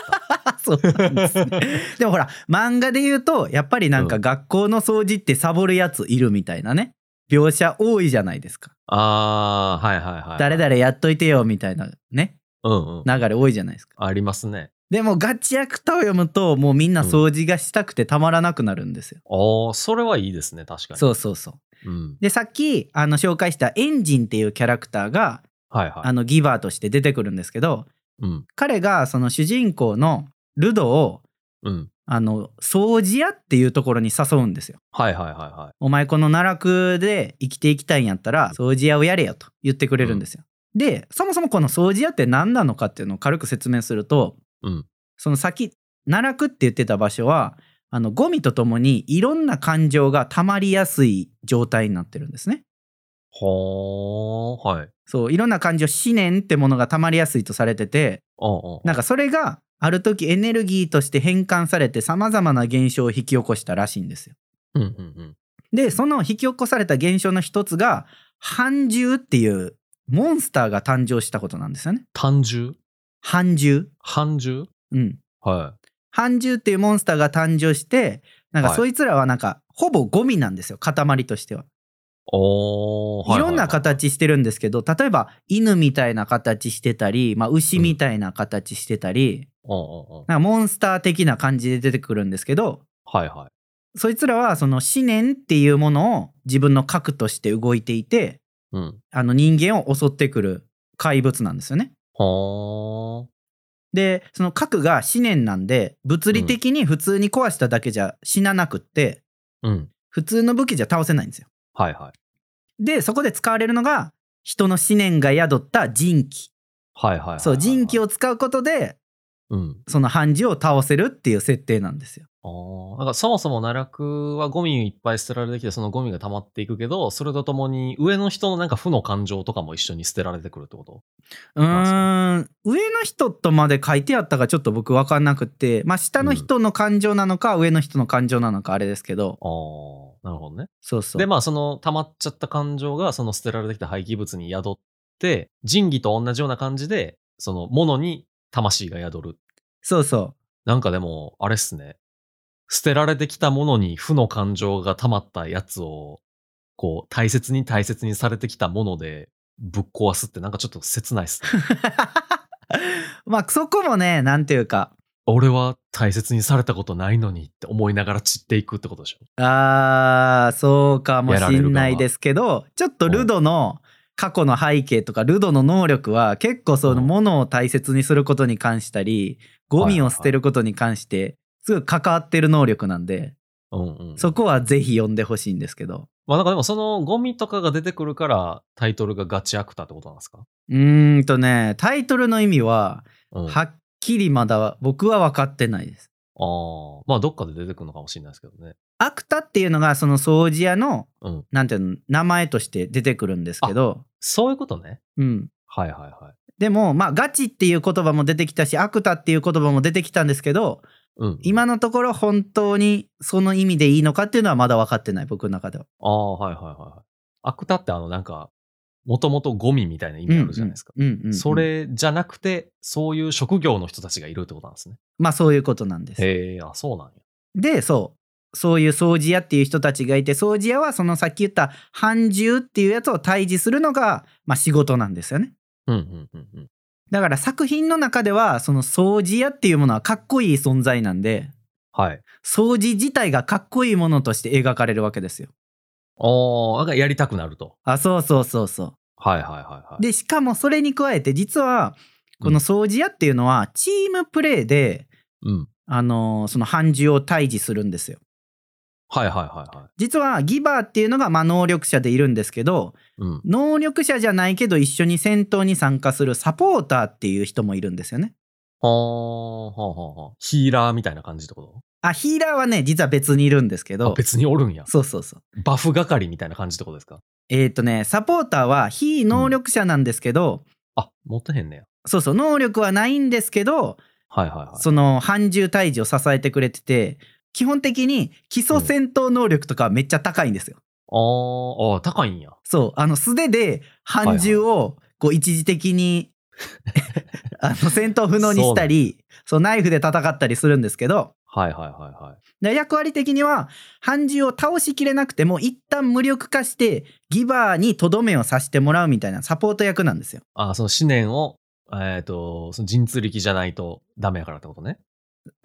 Speaker 3: た。
Speaker 2: そうなんですね。でもほら漫画で言うとやっぱりなんか
Speaker 3: うん
Speaker 2: 学校の掃除ってサボるやついるみたいなね描写多いじゃないですか。
Speaker 3: あー、はいはいはい。
Speaker 2: 誰々やっといてよみたいなね
Speaker 3: うんうん。
Speaker 2: 流れ多いじゃないですか。
Speaker 3: ありますね。
Speaker 2: でもガチ役とを読むともうみんな掃除がしたくてたまらなくなるんですよ。
Speaker 3: おー、それはいいですね、確かに。
Speaker 2: そうそうそう。
Speaker 3: うん。
Speaker 2: でさっきあの紹介したエンジンっていうキャラクターが
Speaker 3: はいは
Speaker 2: あ
Speaker 3: い。
Speaker 2: のギバーとして出てくるんですけど
Speaker 3: うん。
Speaker 2: 彼がその主人公のルドを
Speaker 3: うん。
Speaker 2: あの掃除屋っていうところに誘うんですよ。
Speaker 3: はいはいはいはい。
Speaker 2: お前この奈落で生きていきたいんやったら掃除屋をやれよと言ってくれるんですよ。でそもそもこの掃除屋って何なのかっていうのを軽く説明すると、
Speaker 3: うん
Speaker 2: その先奈落って言ってた場所はあのゴミとともにいろんな感情が溜まりやすい状態になってるんですね。
Speaker 3: ほー、はい。
Speaker 2: そういろんな感情思念ってものが溜まりやすいとされてて
Speaker 3: おうおう
Speaker 2: なんかそれがある時エネルギーとして変換されてさまざまな現象を引き起こしたらしいんですよ。
Speaker 3: うんうんうん。
Speaker 2: で、その引き起こされた現象の一つが、半獣っていうモンスターが誕生したことなんですよね。
Speaker 3: 単獣
Speaker 2: 半獣。
Speaker 3: 半獣
Speaker 2: うん。
Speaker 3: は
Speaker 2: 半獣っていうモンスターが誕生して、なんか
Speaker 3: はい
Speaker 2: そいつらはなんか、ほぼゴミなんですよ、塊としては。
Speaker 3: い。おー、
Speaker 2: い
Speaker 3: はは
Speaker 2: ろんな形してるんですけど、例えば犬みたいな形してたり、まあ、牛みたいな形してたり、
Speaker 3: うんうんうん。
Speaker 2: なんかモンスター的な感じで出てくるんですけど、
Speaker 3: はいはい。
Speaker 2: そいつらはその思念っていうものを自分の核として動いていて、
Speaker 3: うん。
Speaker 2: あの人間を襲ってくる怪物なんですよね。
Speaker 3: はー。
Speaker 2: で、その核が思念なんで、物理的に普通に壊しただけじゃ死ななくって、
Speaker 3: うん。
Speaker 2: 普通の武器じゃ倒せないんですよ。
Speaker 3: はいはい。
Speaker 2: で、そこで使われるのが、人の思念が宿った人気。
Speaker 3: はいはいはい。
Speaker 2: そう、人気
Speaker 3: を。
Speaker 2: を使うことで、
Speaker 3: うん。
Speaker 2: その判事を倒せるっていう設定なんですよ。
Speaker 3: あーなんかそもそも奈落はゴミいっぱい捨てられてきて、そのゴミが溜まっていくけど、それとともに上の人のなんか負の感情とかも一緒に捨てられてくるってこと
Speaker 2: うーん、上の人とまで書いてあったかちょっと僕分かんなくて、まあ下の人の感情なのか、上の人の感情なのかあれですけど、
Speaker 3: ああ、なるほどね。
Speaker 2: そうそう。
Speaker 3: で、まあその溜まっちゃった感情が、その捨てられてきた廃棄物に宿って、仁義と同じような感じで、その物に魂が宿る。
Speaker 2: そうそ
Speaker 3: なんかでも、あれっすね。捨てられてきたものに負の感情が溜まったやつを、こう、大切に大切にされてきたもので、ぶっ壊すってなんかちょっと切ないっすね。
Speaker 2: う。 [LAUGHS] まあそこもね、なんていうか、
Speaker 3: 俺は大切にされたことないのにって思いながら散っていくってことでしょ。
Speaker 2: あー、そうかも
Speaker 3: やられ
Speaker 2: し
Speaker 3: る
Speaker 2: ん
Speaker 3: 側
Speaker 2: ないですけど、ちょっとルドの過去の背景とか、ルドの能力は結構その
Speaker 3: うん
Speaker 2: ものを大切にすることに関したり、ゴミを捨てることに関して、すごい関わってる能力なんで、
Speaker 3: うんうん。
Speaker 2: そこはぜひ読んでほしいんですけど。
Speaker 3: まあなんかでもそのゴミとかが出てくるからタイトルがガチアクターってことなんですか、
Speaker 2: うーんとね、タイトルの意味は、
Speaker 3: うん、
Speaker 2: はっきりまだ僕は分かってないです。
Speaker 3: ああ、まあどっかで出てくるのかもしれないですけどね。
Speaker 2: アクタっていうのが、その掃除屋の、
Speaker 3: うん
Speaker 2: なんていうの、名前として出てくるんですけど、
Speaker 3: そういうことね。
Speaker 2: うん。
Speaker 3: はいはいはい。
Speaker 2: でも、まあ、ガチっていう言葉も出てきたし、アクタっていう言葉も出てきたんですけど、
Speaker 3: うん。
Speaker 2: 今のところ本当にその意味でいいのかっていうのはまだ分かってない、僕の中では。
Speaker 3: ああ、はいはいはいはい。アクタってあのなんか、もともとゴミみたいな意味あるじゃないですか。
Speaker 2: うんうんうんうん
Speaker 3: そ。れじゃなくて、そういう職業の人たちがいるってことなんですね。
Speaker 2: まあ、そういうことなんです。
Speaker 3: へえ、あ、そうなんや。
Speaker 2: でそうそういう掃除屋っていう人たちがいて掃除屋はそのさっき言った半獣っていうやつを退治するのが、まあ、仕事なんですよね
Speaker 3: うんうんうんうん。
Speaker 2: だから作品の中ではその掃除屋っていうものはかっこいい存在なんで
Speaker 3: はい。
Speaker 2: 掃除自体がかっこいいものとして描かれるわけですよ
Speaker 3: ああ、なんかやりたくなると。
Speaker 2: あそうそうそうそ
Speaker 3: はいはいはいは
Speaker 2: う
Speaker 3: い。
Speaker 2: でしかもそれに加えて実はこの掃除屋っていうのはチームプレーで、
Speaker 3: うん。
Speaker 2: あのーその半獣を退治するんですよ
Speaker 3: はいはいはいはい。
Speaker 2: 実はギバーっていうのがまあ能力者でいるんですけど、
Speaker 3: うん。
Speaker 2: 能力者じゃないけど一緒に戦闘に参加するサポーターっていう人もいるんですよね。
Speaker 3: はあ、はあはあはあ。ヒーラーみたいな感じってこ
Speaker 2: あヒーラーはね実は別にいるんですけ
Speaker 3: とあ
Speaker 2: ど
Speaker 3: 別におるんや。
Speaker 2: そうそうそう。
Speaker 3: バフ係みたいな感じってことですか
Speaker 2: えっ、とねサポーターは非能力者なんですけど、
Speaker 3: あ、持ってへんねや。
Speaker 2: そうそう能力はないんですけど、
Speaker 3: はいはいはい。
Speaker 2: その半獣退治を支えてくれてて基本的に基礎戦闘能力とかめっちゃ高いんですよ。
Speaker 3: あーあー、高いんや。
Speaker 2: そうあの素手で半獣をこう一時的
Speaker 3: [LAUGHS]
Speaker 2: にあの戦闘不能にしたりそうナイフで戦ったりするんですけど。
Speaker 3: はいはいはいはい。
Speaker 2: で役割的には半獣を倒しきれなくても一旦無力化してギバーにとどめを刺してもらうみたいなサポート役なんですよ。
Speaker 3: あーその思念を、えっ、と、その神通力じゃないとダメやからって [LAUGHS] ことね。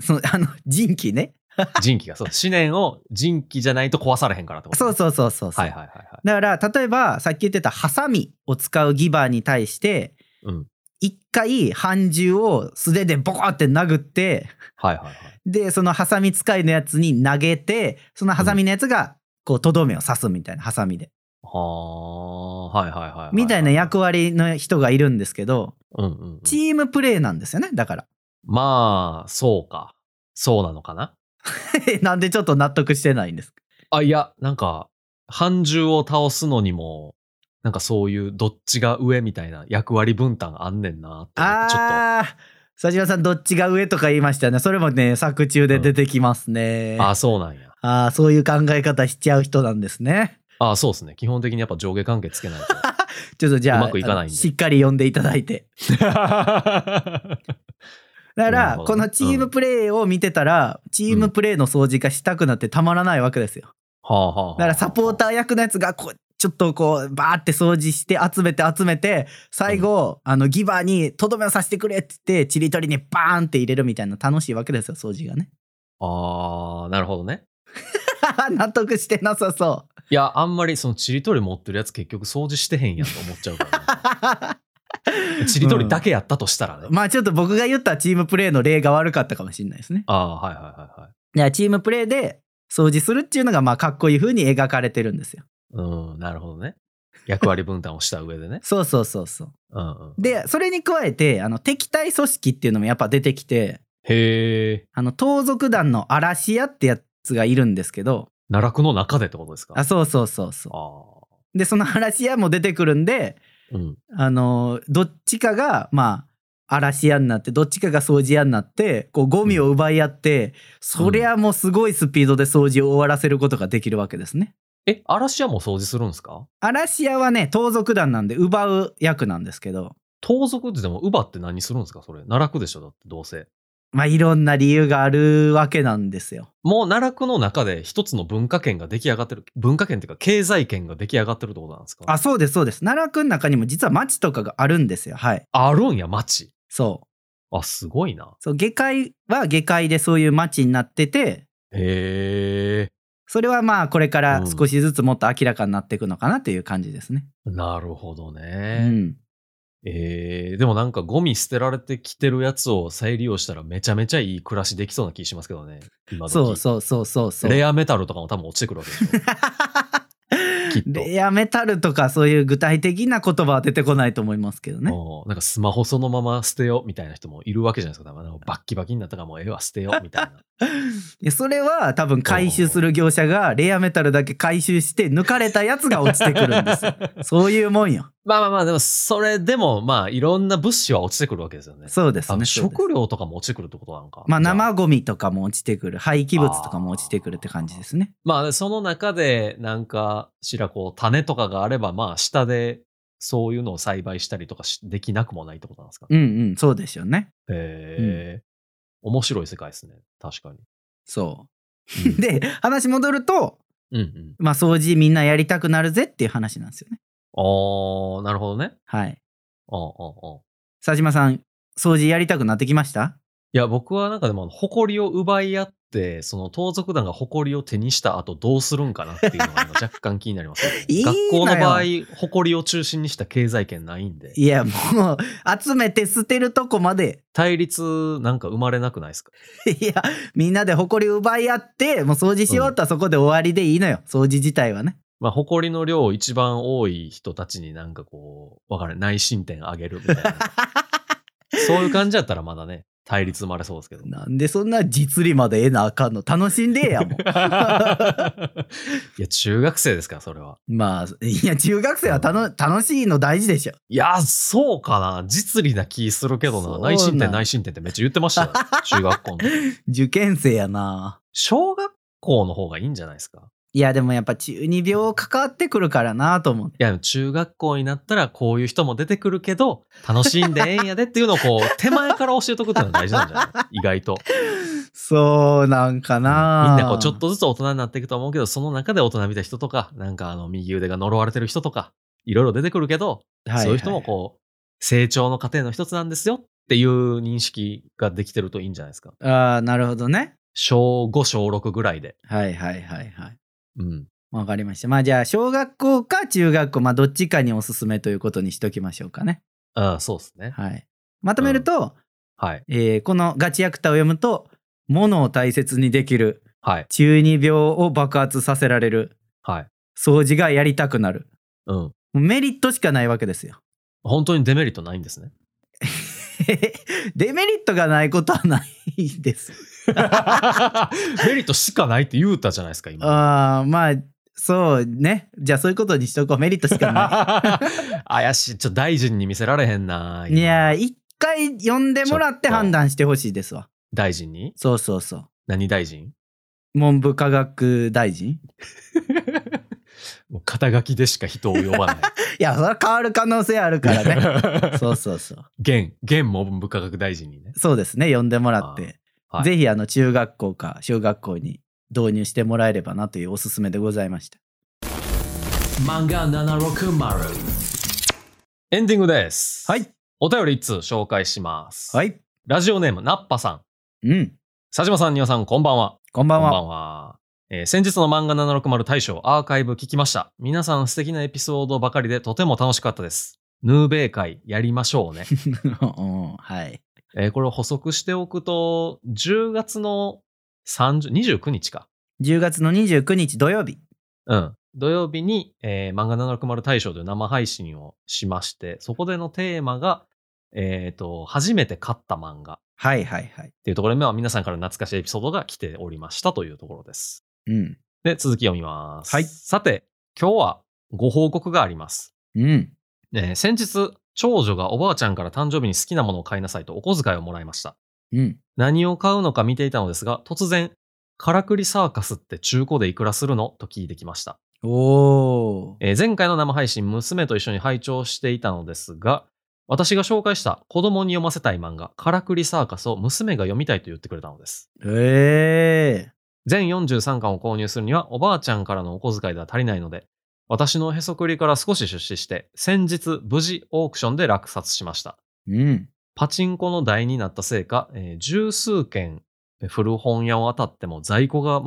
Speaker 2: そのあの人気
Speaker 3: [LAUGHS]
Speaker 2: ね。
Speaker 3: 人気が。そう。思念を人気じゃないと壊されへんからってこと、
Speaker 2: そう
Speaker 3: う。
Speaker 2: そうそうそうそう。
Speaker 3: はいはいはいはい。
Speaker 2: だから例えばさっき言ってたハサミを使うギバーに対して
Speaker 3: うん。
Speaker 2: 一回半獣を素手でボコって殴って
Speaker 3: はいはいはい。
Speaker 2: でそのハサミ使いのやつに投げてそのハサミのやつがこうとどめを刺すみたいなハサミで
Speaker 3: はあ、はいはいはい、はい。
Speaker 2: みたいな。役割の人がいるんですけど
Speaker 3: うんうんうん。
Speaker 2: チームプレーなんですよねだから。 [LAUGHS]
Speaker 3: まあ、そうか。そうなのかな。
Speaker 2: えなんでちょっと納得してないんですか
Speaker 3: あ、いや、なんか、半獣を倒すのにも、なんかそういうどっちが上みたいな役割分担あんねんなって思ってちょっと。
Speaker 2: ああー佐島さんどっちが上とか言いましたねそれもね作中で出てきますね、
Speaker 3: あ、そうなんや。
Speaker 2: ああ、そういう考え方しちゃう人なんですね。
Speaker 3: ああ、そうですね。基本的にやっぱ上下関係つ
Speaker 2: [LAUGHS]
Speaker 3: けないと。
Speaker 2: ちょっとじゃあ、
Speaker 3: うまくいかないんで
Speaker 2: あのしっかり読んでいただいて。だか
Speaker 3: なる
Speaker 2: ら、
Speaker 3: ほど
Speaker 2: こ
Speaker 3: ね
Speaker 2: のチームプレーを見てたら、チームプレーの掃除がしたくなってたまらないわけですよ。
Speaker 3: はあはあはあ
Speaker 2: だからサポーター役のやつがこうちょっとこうバーって掃除して集めて集めて最後、あのギバーにとどめをさせてくれって言ってちりとりにバーンって入れるみたいな楽しいわけですよ掃除がね。 [LAUGHS]
Speaker 3: ああ、なるほどね。
Speaker 2: 納得してなさそ
Speaker 3: いや、あんまりそのちりとり持ってるやつ結局掃除してへんやんと思っちゃうからね、ちりとりだけやったとしたらね。
Speaker 2: [LAUGHS] う。まあちょっと僕が言ったチームプレーの例が悪かったかもしれないですね。
Speaker 3: ああ、はいはいはいはい。
Speaker 2: いやチームプレーで掃除するっていうのがまあかっこいい風に描かれてるんですよ。。
Speaker 3: うん、なるほどね。役割分担をした上でね
Speaker 2: そうそうそうそう。
Speaker 3: うんうん、
Speaker 2: でそれに加えてあの敵対組織っていうのもやっぱ出てきて
Speaker 3: へえ、
Speaker 2: あの盗賊団の嵐屋ってやつがいるんですけど
Speaker 3: 奈落の中でってことですか
Speaker 2: あそうそうそうそ
Speaker 3: あ
Speaker 2: うでその嵐屋も出てくるんで
Speaker 3: ーうん。
Speaker 2: あのどっちかがまあ嵐屋になってどっちかが掃除屋になってこうゴミを奪い合って、そりゃもうすごいスピードで掃除を終わらせることができるわけですね。
Speaker 3: え、嵐屋も掃除するんですか
Speaker 2: 嵐屋はね盗賊団なんで奪う役なんですけど
Speaker 3: 盗賊ってでも、乳母って何するんですかそれ。奈落でしょだって、どうせ。
Speaker 2: まあいろんな理由があるわけなんですよ。
Speaker 3: もう奈落の中で一つの文化圏が出来上がってる。文化圏っていうか、経済圏が出来上がってるってことなんですか
Speaker 2: あそうですそうです奈良くん中にも実は町とかがあるんですよはい
Speaker 3: あるんや、町。
Speaker 2: そう
Speaker 3: あ、すごいな。
Speaker 2: そう下界は下界でそういう町になってて
Speaker 3: へえ、
Speaker 2: それはまあこれから
Speaker 3: うん
Speaker 2: 少しずつもっと明らかになっていくのかなという感じですね。
Speaker 3: なるほど
Speaker 2: う
Speaker 3: ね。
Speaker 2: ん、
Speaker 3: えーでもなんかゴミ捨てられてきてるやつを再利用したらめちゃめちゃいい暮らしできそうな気しますけどね。今時
Speaker 2: そうそうそうそうそう。
Speaker 3: レ
Speaker 2: ア
Speaker 3: アメタルとかも多分落ちてくるわけでしょ。
Speaker 2: [LAUGHS]
Speaker 3: きっと
Speaker 2: レアメタルとかそういう具体的な言葉は出てこないと思いますけどね。
Speaker 3: うんなんかスマホそのまま捨てようみたいな人もいるわけじゃないですか。多分なんかバッキバキになったからもう絵は捨てよう
Speaker 2: [LAUGHS]
Speaker 3: みたいな。
Speaker 2: でそれは多分回収する業者がレアメタルだけ回収して抜かれたやつが落ちてくるん [LAUGHS] ですよ。そういうもんよ。
Speaker 3: まあまあまあ、でもそれでもまあいろんな物資は落ちてくるわけですよね。
Speaker 2: そうです
Speaker 3: あ
Speaker 2: ね。
Speaker 3: の
Speaker 2: そうです
Speaker 3: 食料とかも落ちてくるってことなのか。
Speaker 2: まあ
Speaker 3: じゃ
Speaker 2: 生ゴミとかも落ちてくる廃棄物とかも落ちてくるって感じですね。
Speaker 3: まあ、その中で、なんか、しらこう、種とかがあれば、まあ、下で、そういうのを栽培したりとかしできなくもないってことなんですか。
Speaker 2: うんうんそうですよね。
Speaker 3: へえ、面白い世界ですね。確かに。
Speaker 2: そう。 [LAUGHS] で話戻ると、
Speaker 3: うんうん。
Speaker 2: まあ、掃除みんなやりたくなるぜっていう話なんですよね。
Speaker 3: あー、なるほどね。
Speaker 2: はい。
Speaker 3: あーあーあー
Speaker 2: 佐島さん掃除やりたくなってきました
Speaker 3: いや、僕はなんかでも、あの誇りを奪い合って、その盗賊団が誇りを手にした後どうするんかなっていうのが
Speaker 2: [LAUGHS]
Speaker 3: 今若干気になりますね、
Speaker 2: いいなよ
Speaker 3: 学校の場合、誇りを中心にした経済圏ないんで、
Speaker 2: いやもう集めて捨てるとこまで
Speaker 3: 対立なんか生まれなくないですか
Speaker 2: [LAUGHS] いやみんなで誇り奪い合ってもう掃除し終わったらそこで終わりでいいのよ掃除自体はね。
Speaker 3: まあ、誇りの量一番多い人たちになんかこう、わからない、内申点上げるみ
Speaker 2: [LAUGHS]
Speaker 3: たいな。そういう感じやったらまだね、対立生まれそう
Speaker 2: [LAUGHS]
Speaker 3: ですけど。。
Speaker 2: なんでそんな実利まで得なあかんの楽しんでえやもう
Speaker 3: いや、中学生ですから、それは。 [LAUGHS]
Speaker 2: まあいや中学生はたの楽しいの大事でしょ。
Speaker 3: いや、そうかな。実利な気するけど
Speaker 2: そうな
Speaker 3: な。
Speaker 2: ん
Speaker 3: 内申点、内申点ってめっちゃ言ってま
Speaker 2: [LAUGHS]
Speaker 3: したよ。中学校の時。
Speaker 2: 受験生やな。
Speaker 3: 小学校の方がいいんじゃないですか。
Speaker 2: いやでもやっぱ中二病関わってくるからなと思って。
Speaker 3: いや、中学校になったらこういう人も出てくるけど、楽しんでええんやでっていうのをこう、手前から教えとくっていうのは大事なんじゃ
Speaker 2: [LAUGHS]
Speaker 3: ない意外と。
Speaker 2: そうなんかな、
Speaker 3: みんなこうちょっとずつ大人になっていくと思うけど、その中で大人びた人とか、なんかあの右腕が呪われてる人とか、いろいろ出てくるけど、
Speaker 2: はは
Speaker 3: そういう人もこう、成長の過程の一つなんですよっていう認識ができてるといいんじゃないですか。
Speaker 2: ああ、なるほどね。
Speaker 3: 小5、小6ぐらいで。
Speaker 2: はいはいはいはい。
Speaker 3: うん。
Speaker 2: わかりました。まあじゃあ、小学校か中学校、まあどっちかにおすすめということにしときましょうかね。
Speaker 3: あそうですね。
Speaker 2: はい。まとめると、
Speaker 3: はい。
Speaker 2: えーこのガチ役タを読むと、物を大切にできる、
Speaker 3: はい。
Speaker 2: 中二病を爆発させられる、
Speaker 3: はい。
Speaker 2: 掃除がやりたくなる。
Speaker 3: うん。
Speaker 2: もうメリットしかないわけですよ。 [LAUGHS]
Speaker 3: 本当にデメリットないんですね。
Speaker 2: デメリットがないことはないです。
Speaker 3: メリットしかないって言うたじゃないですか、今。
Speaker 2: ああ、まあ、そうね。じゃあそういうことにしとこう。メリットしかない。
Speaker 3: [LAUGHS] 怪しい。ちょ、大臣に見せられへんな。今
Speaker 2: いやー一回読んでもらって
Speaker 3: ちょっと
Speaker 2: 判断してほしいですわ
Speaker 3: 大臣に
Speaker 2: そうそうそう
Speaker 3: 何大臣
Speaker 2: 文部科学大臣
Speaker 3: もう肩書きでしか人を呼ばない。
Speaker 2: いや、それは変わる可能性あるから
Speaker 3: [LAUGHS]
Speaker 2: ね。 [LAUGHS] そうそうそう。
Speaker 3: 現、現文部科学大臣にね。
Speaker 2: そうですね、呼んでもらって、
Speaker 3: はい
Speaker 2: ぜひあの中学校か小学校に導入してもらえればなというおすすめでございました。
Speaker 3: 漫画760。エンディングです。
Speaker 2: はい。
Speaker 3: お便り1通紹介します。
Speaker 2: はい。
Speaker 3: ラジオネーム、ナッパさん。
Speaker 2: うん。
Speaker 3: 佐島さん、丹羽さん、こんばんは。
Speaker 2: こんばんは。
Speaker 3: こんばんは。えー先日の漫画760大賞アーカイブ聞きました。皆さん素敵なエピソードばかりでとても楽しかったです。ヌーベイ会やりましょうね。
Speaker 2: [LAUGHS] うんはい。
Speaker 3: えーこれを補足しておくと、10月の30 29日か。
Speaker 2: 10月の29日土曜日。
Speaker 3: うん。土曜日に、えー漫画760大賞という生配信をしまして、そこでのテーマが、えっ、と、初めて買った漫画っ
Speaker 2: はいはいはい。
Speaker 3: ていうところで、まあ皆さんから懐かしいエピソードが来ておりましたというところです。
Speaker 2: うん。
Speaker 3: で、続き読みます。
Speaker 2: はい
Speaker 3: さて、今日はご報告があります。
Speaker 2: うん。
Speaker 3: えー先日、長女がおばあちゃんから誕生日に好きなものを買いなさいとお小遣いをもらいました。
Speaker 2: うん。
Speaker 3: 何を買うのか見ていたのですが、突然、からくりサーカスって中古でいくらするのと聞いてきました。
Speaker 2: おー。
Speaker 3: えー前回の生配信、娘と一緒に拝聴していたのですが、私が紹介した子供に読ませたい漫画、からくりサーカスを娘が読みたいと言ってくれたのです。
Speaker 2: え
Speaker 3: 全43巻を購入するには、おばあちゃんからのお小遣いでは足りないので、私のへそくりから少し出資して、先日無事オークションで落札しました。
Speaker 2: ー。うん。
Speaker 3: パチンコの台になったせいか、えー十数軒えー古本屋を当たっても在庫が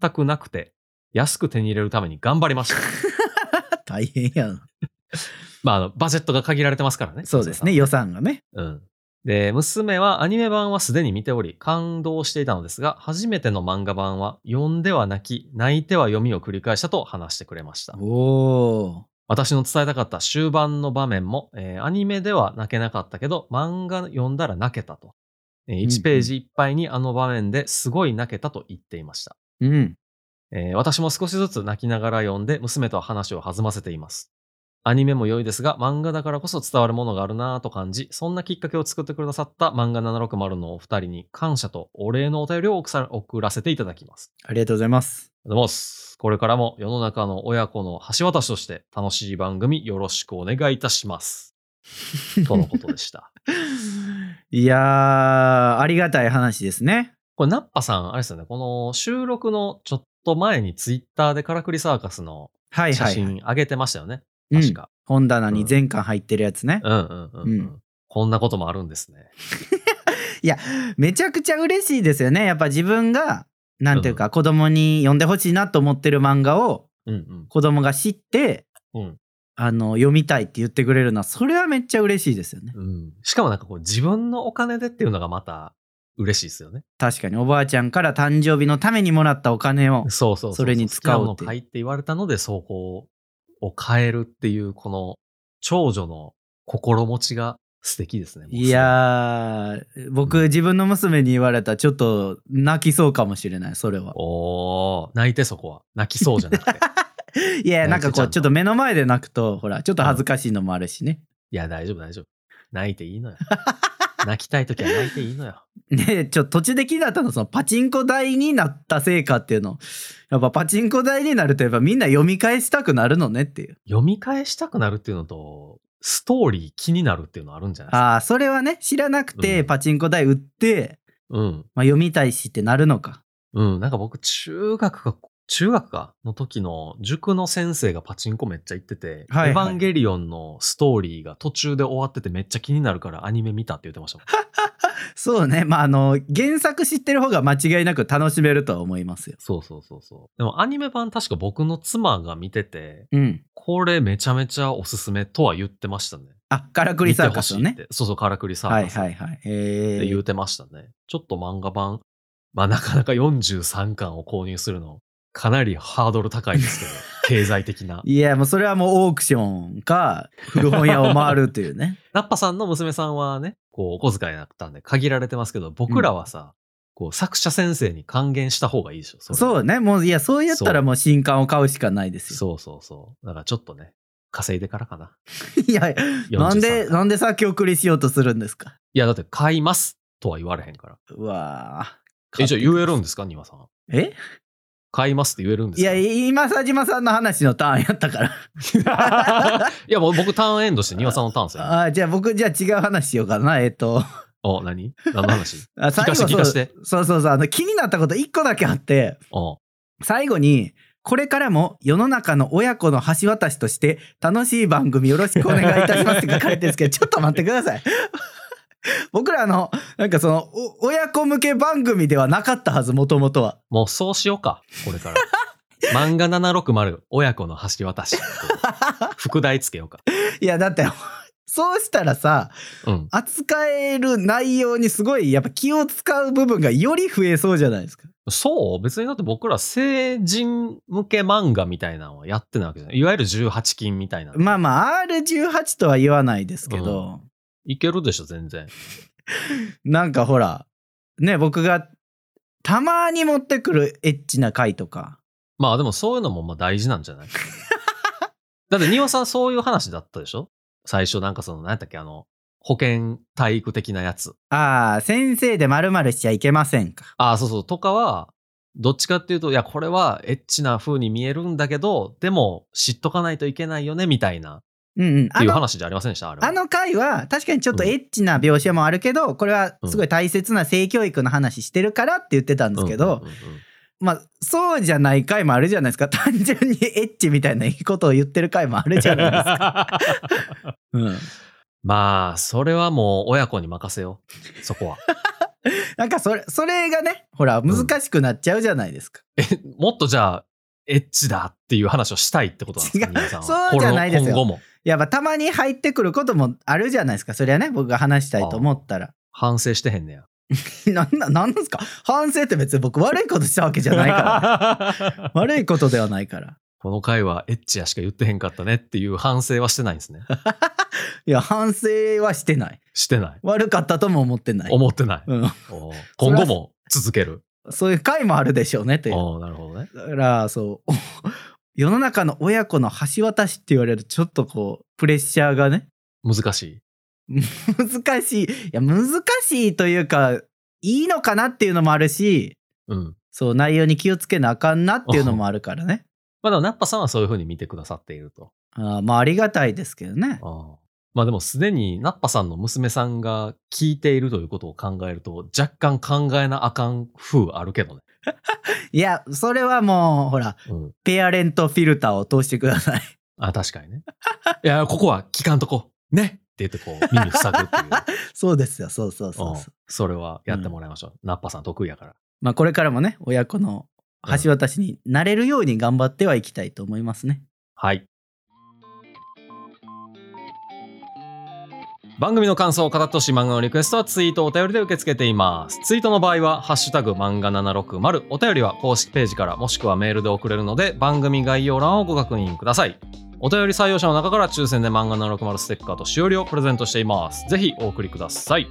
Speaker 3: 全くなくて、安く手に入れるために頑張り
Speaker 2: [LAUGHS]
Speaker 3: ました。
Speaker 2: 大変やん。
Speaker 3: まああの、バジェットが限られてますからね。
Speaker 2: そうですね、予算がね。
Speaker 3: うん。で、娘はアニメ版はすでに見ており、感動していたのですが、初めての漫画版は、読んでは泣き、泣いては読みを繰り返したと話してくれました。
Speaker 2: おー。
Speaker 3: 私の伝えたかった終盤の場面も、えーアニメでは泣けなかったけど、漫画読んだら泣けたと。えー
Speaker 2: ん
Speaker 3: 1ページいっぱいにあの場面ですごい泣けたと言っていました。
Speaker 2: うん。
Speaker 3: えー私も少しずつ泣きながら読んで、娘と話を弾ませています。アニメも良いですが、漫画だからこそ伝わるものがあるなぁと感じ、そんなきっかけを作ってくださった漫画760のお二人に感謝とお礼のお便りを送さ送らせていただきます。
Speaker 2: ありがとうござい [LAUGHS] ます。
Speaker 3: どうもっす。これからも世の中の親子の橋渡しとして楽しい番組よろしくお願いいたし
Speaker 2: [LAUGHS]
Speaker 3: ます。とのことでした。
Speaker 2: いやー、ありがたい話ですね。
Speaker 3: これ、ナッパさん、あれですよね、この収録のちょっと前にツイッターでカラクリサーカスの
Speaker 2: はい
Speaker 3: 写
Speaker 2: はい。
Speaker 3: 真上げてましたよね。
Speaker 2: うん
Speaker 3: 確か。
Speaker 2: 本棚に全巻入ってるやつね。
Speaker 3: うんうんうん、うん
Speaker 2: うん
Speaker 3: こんなこともあるんですね。
Speaker 2: いやめちゃくちゃ嬉しいですよねやっぱ自分がなんていうか子供に読んでほしいなと思ってる漫画を
Speaker 3: うん
Speaker 2: 子供が知って
Speaker 3: うん。うん。
Speaker 2: あの読みたいって言ってくれるのはそれはめっちゃ嬉しいですよね
Speaker 3: うん。しかもなんかこう、自分のお金でっていうのがまた嬉しいですよね。
Speaker 2: 確かにおばあちゃんから誕生日のためにもらったお金を
Speaker 3: そうそうう
Speaker 2: それに使おう
Speaker 3: 好
Speaker 2: って
Speaker 3: きなものを買いって言われたので、そうこう、を変えるっていう、この、長女の心持ちが素敵ですね。もうすでに
Speaker 2: い。やー僕自分の娘に言われたらちょっと泣きそうかもしれないそれは
Speaker 3: おー、泣いてそこは。泣きそうじゃな
Speaker 2: [LAUGHS]
Speaker 3: くて。
Speaker 2: いやなんかこ
Speaker 3: 泣いてちゃん
Speaker 2: う
Speaker 3: と
Speaker 2: ちょっと目の前で泣くとほらちょっと恥ずかしいのもあるしね
Speaker 3: いや、大丈夫、大丈夫。泣いていいのよ。泣きたいときは泣いていいのよ。
Speaker 2: ねちょ途中で気になったのはそのパチンコ台になったせいかっていうのやっぱパチンコ台になるとやっぱみんな読み返したくなるのねっていう
Speaker 3: 読み返したくなるっていうのと、ストーリー気になるっていうのあるんじゃないですか。
Speaker 2: ああそれはね知らなく
Speaker 3: う
Speaker 2: て
Speaker 3: ん
Speaker 2: パチンコ台売って、
Speaker 3: うん。
Speaker 2: まあ、読みたいしってなるのか
Speaker 3: うん。なんか僕、中学か、中学かの時の塾の先生がパチンコめっちゃ行ってて、
Speaker 2: はいはい
Speaker 3: エヴァンゲリオンのストーリーが途中で終わっててめっちゃ気になるからアニメ見たって言ってましたもん。
Speaker 2: そうねまああの原作知ってる方が間違いなく楽しめるとは思いますよ
Speaker 3: そうそうそうそう。でもアニメ版確か僕の妻が見てて、
Speaker 2: うん
Speaker 3: これめちゃめちゃおすすめとは言ってましたね。
Speaker 2: あカラクリサーカスの
Speaker 3: 見てほしい
Speaker 2: ね
Speaker 3: って。そうそう、カラクリサ
Speaker 2: は
Speaker 3: ー
Speaker 2: い
Speaker 3: カスっ
Speaker 2: はいはい
Speaker 3: て
Speaker 2: えー
Speaker 3: 言う、てましたね。ちょっと漫画版、まあなかなか43巻を購入するの、かなりハードル高
Speaker 2: [LAUGHS]
Speaker 3: いですけど、経済的な。
Speaker 2: いやもうそれはもうオークションか古本屋を回るというね
Speaker 3: ラッパさんの娘さんはね、こう、お小遣いだったんで限られてますけど、僕らはさ、こう、作者先生に還元した方がいいでし [LAUGHS] ょ。それ
Speaker 2: そうねもういやそうやったらもう新刊を買うしかないですよ
Speaker 3: そうそうそう。だからちょっとね、稼いでからかな。
Speaker 2: いや、[LAUGHS]
Speaker 3: 43
Speaker 2: なんで、なんで先送りしようとするんですか
Speaker 3: いや、だって買いますとは言われへんから。
Speaker 2: うわぁ。
Speaker 3: え、じゃあ言えるんですか、庭さん。
Speaker 2: え
Speaker 3: 買いますって言えるんです
Speaker 2: い
Speaker 3: か
Speaker 2: や、今、佐島さんの話のターンやったから。
Speaker 3: [LAUGHS] いや、もう僕ターンエンドして、庭さんのターンですよ。
Speaker 2: あーじゃあ僕、じゃあ違う話しようかな。えっと、
Speaker 3: お、何何の
Speaker 2: [LAUGHS]
Speaker 3: 話
Speaker 2: あ
Speaker 3: 聞かして、聞
Speaker 2: そ
Speaker 3: か
Speaker 2: う
Speaker 3: して。
Speaker 2: そうそうそう、あの、気になったこと1個だけあって、
Speaker 3: お
Speaker 2: 最後に、これからも世の中の親子の橋渡しとして楽しい番組よろしくお願いいたしますって書かれてるん
Speaker 3: [LAUGHS]
Speaker 2: ですけど、ちょっと待ってください。僕らあの、なんかその、お親子向け番組ではなかったはず、もともとは。
Speaker 3: もうそうしようか、これから。
Speaker 2: [LAUGHS]
Speaker 3: 漫画760、親子の橋渡し。副題つけようか。
Speaker 2: いや、だって、そうしたらさ、
Speaker 3: うん。
Speaker 2: 扱える内容にすごい、やっぱ気を使う部分がより増えそうじゃないですか。
Speaker 3: そう別にだって僕ら成人向け漫画みたいなのはやってないわけじゃない。いわゆる18禁みたいな。
Speaker 2: まあまあ、R18 とは言わないですけど、
Speaker 3: いけるでしょ、全然。
Speaker 2: なんかほら、ね、僕がたまに持ってくるエッチな回とか。
Speaker 3: まあでもそういうのもまあ大事なんじゃない
Speaker 2: [LAUGHS]
Speaker 3: だって、庭さんそういう話だったでしょ最初なんかその、何やったっけ、あの、保健体育的なやつ。
Speaker 2: ああ、先生で〇〇しちゃいけませんか。
Speaker 3: ああ、そうそう、とかは、どっちかっていうと、いや、これはエッチな風に見えるんだけど、でも知っとかないといけないよね、みたいな、っ
Speaker 2: うんうん。あ
Speaker 3: ていう
Speaker 2: の、
Speaker 3: 話じゃありませんでしたあれは。
Speaker 2: あの回は確かにちょっとエッチな描写もあるけど、これはすごい大切な性教育の話してるからって言ってたんですけど、
Speaker 3: うんうんうんうん
Speaker 2: まあ、そうじゃない回もあるじゃないですか。 [LAUGHS] 単純にエッチみたいないいことを言ってる回もあるじゃないですか。 [LAUGHS] うん。
Speaker 3: まあ、それはもう親子に任せよう。そこは。 [LAUGHS]
Speaker 2: なんかそれ、それがね、ほら、難しくなっちゃうじゃないですか。
Speaker 3: もっとじゃあ、エッチだっていう話をしたいってことなんですか
Speaker 2: 違う
Speaker 3: 皆さんは
Speaker 2: そうじゃないですよ
Speaker 3: この今後も。
Speaker 2: やっぱたまに入ってくることもあるじゃないですか。それはね、僕が話したいと思ったら。
Speaker 3: 反省してへんねや。
Speaker 2: [LAUGHS] なんな、なんですか反省って別に僕悪いことしたわけじゃないから [LAUGHS] ね、悪いことではないから。
Speaker 3: [LAUGHS] この回はエッチやしか言ってへんかったねっていう反省はしてないんですね。
Speaker 2: いや、反省はしてない。
Speaker 3: してない。
Speaker 2: 悪かったとも思ってない。
Speaker 3: 思ってない。
Speaker 2: うん、
Speaker 3: おう今後も続ける。
Speaker 2: そういう回もあるでしょうねという。
Speaker 3: おうなるほどね。
Speaker 2: だから、そう。 [LAUGHS] 世の中の親子の橋渡しって言われるとちょっとこう、プレッシャーがね、 [LAUGHS]
Speaker 3: 難しい。
Speaker 2: 難しい。いや、難しいというか、いいのかなっていうのもあるし、
Speaker 3: うん。
Speaker 2: そう、内容に気をつけなあかんなっていうのもあるからね。
Speaker 3: まあでも、ナッパさんはそういうふうに見てくださっていると。
Speaker 2: あーまあ、ありがたいですけどね。
Speaker 3: ああまあでも、すでにナッパさんの娘さんが聞いているということを考えると、若干考えなあかん風あるけどね。
Speaker 2: いや、それはもう、ほら、
Speaker 3: うん。
Speaker 2: ペアレントフィルターを通してください。 [LAUGHS]
Speaker 3: あ、確かにね。いや、ここは聞かんとこ。ねって言ってこう、耳塞ぐっていう。
Speaker 2: そうですよ、そうそうそううんそう。
Speaker 3: それはやってもらいましょう。ナッパさん得意やから。
Speaker 2: まあ、これからもね親子の
Speaker 3: うん
Speaker 2: 橋渡しになれるように頑張ってはいきたいと思いますね。
Speaker 3: はい。番組の感想を語ってほしい漫画のリクエストはツイートお便りで受け付けています。ツイートの場合は、ハッシュタグ漫画760、お便りは公式ページからもしくはメールで送れるので、番組概要欄をご確認ください。お便り採用者の中から抽選で漫画760ステッカーとしおりをプレゼントしています。ぜひお送りください。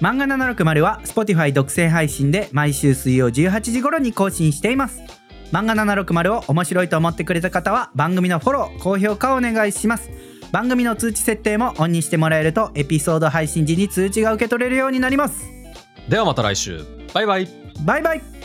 Speaker 2: 漫画760は Spotify 独占配信で毎週水曜18時頃に更新しています。漫画760を面白いと思ってくれた方は番組のフォロー、高評価をお願いします。番組の通知設定もオンにしてもらえるとエピソード配信時に通知が受け取れるようになります。
Speaker 3: ではまた来週。バイバイ。
Speaker 2: バイバイ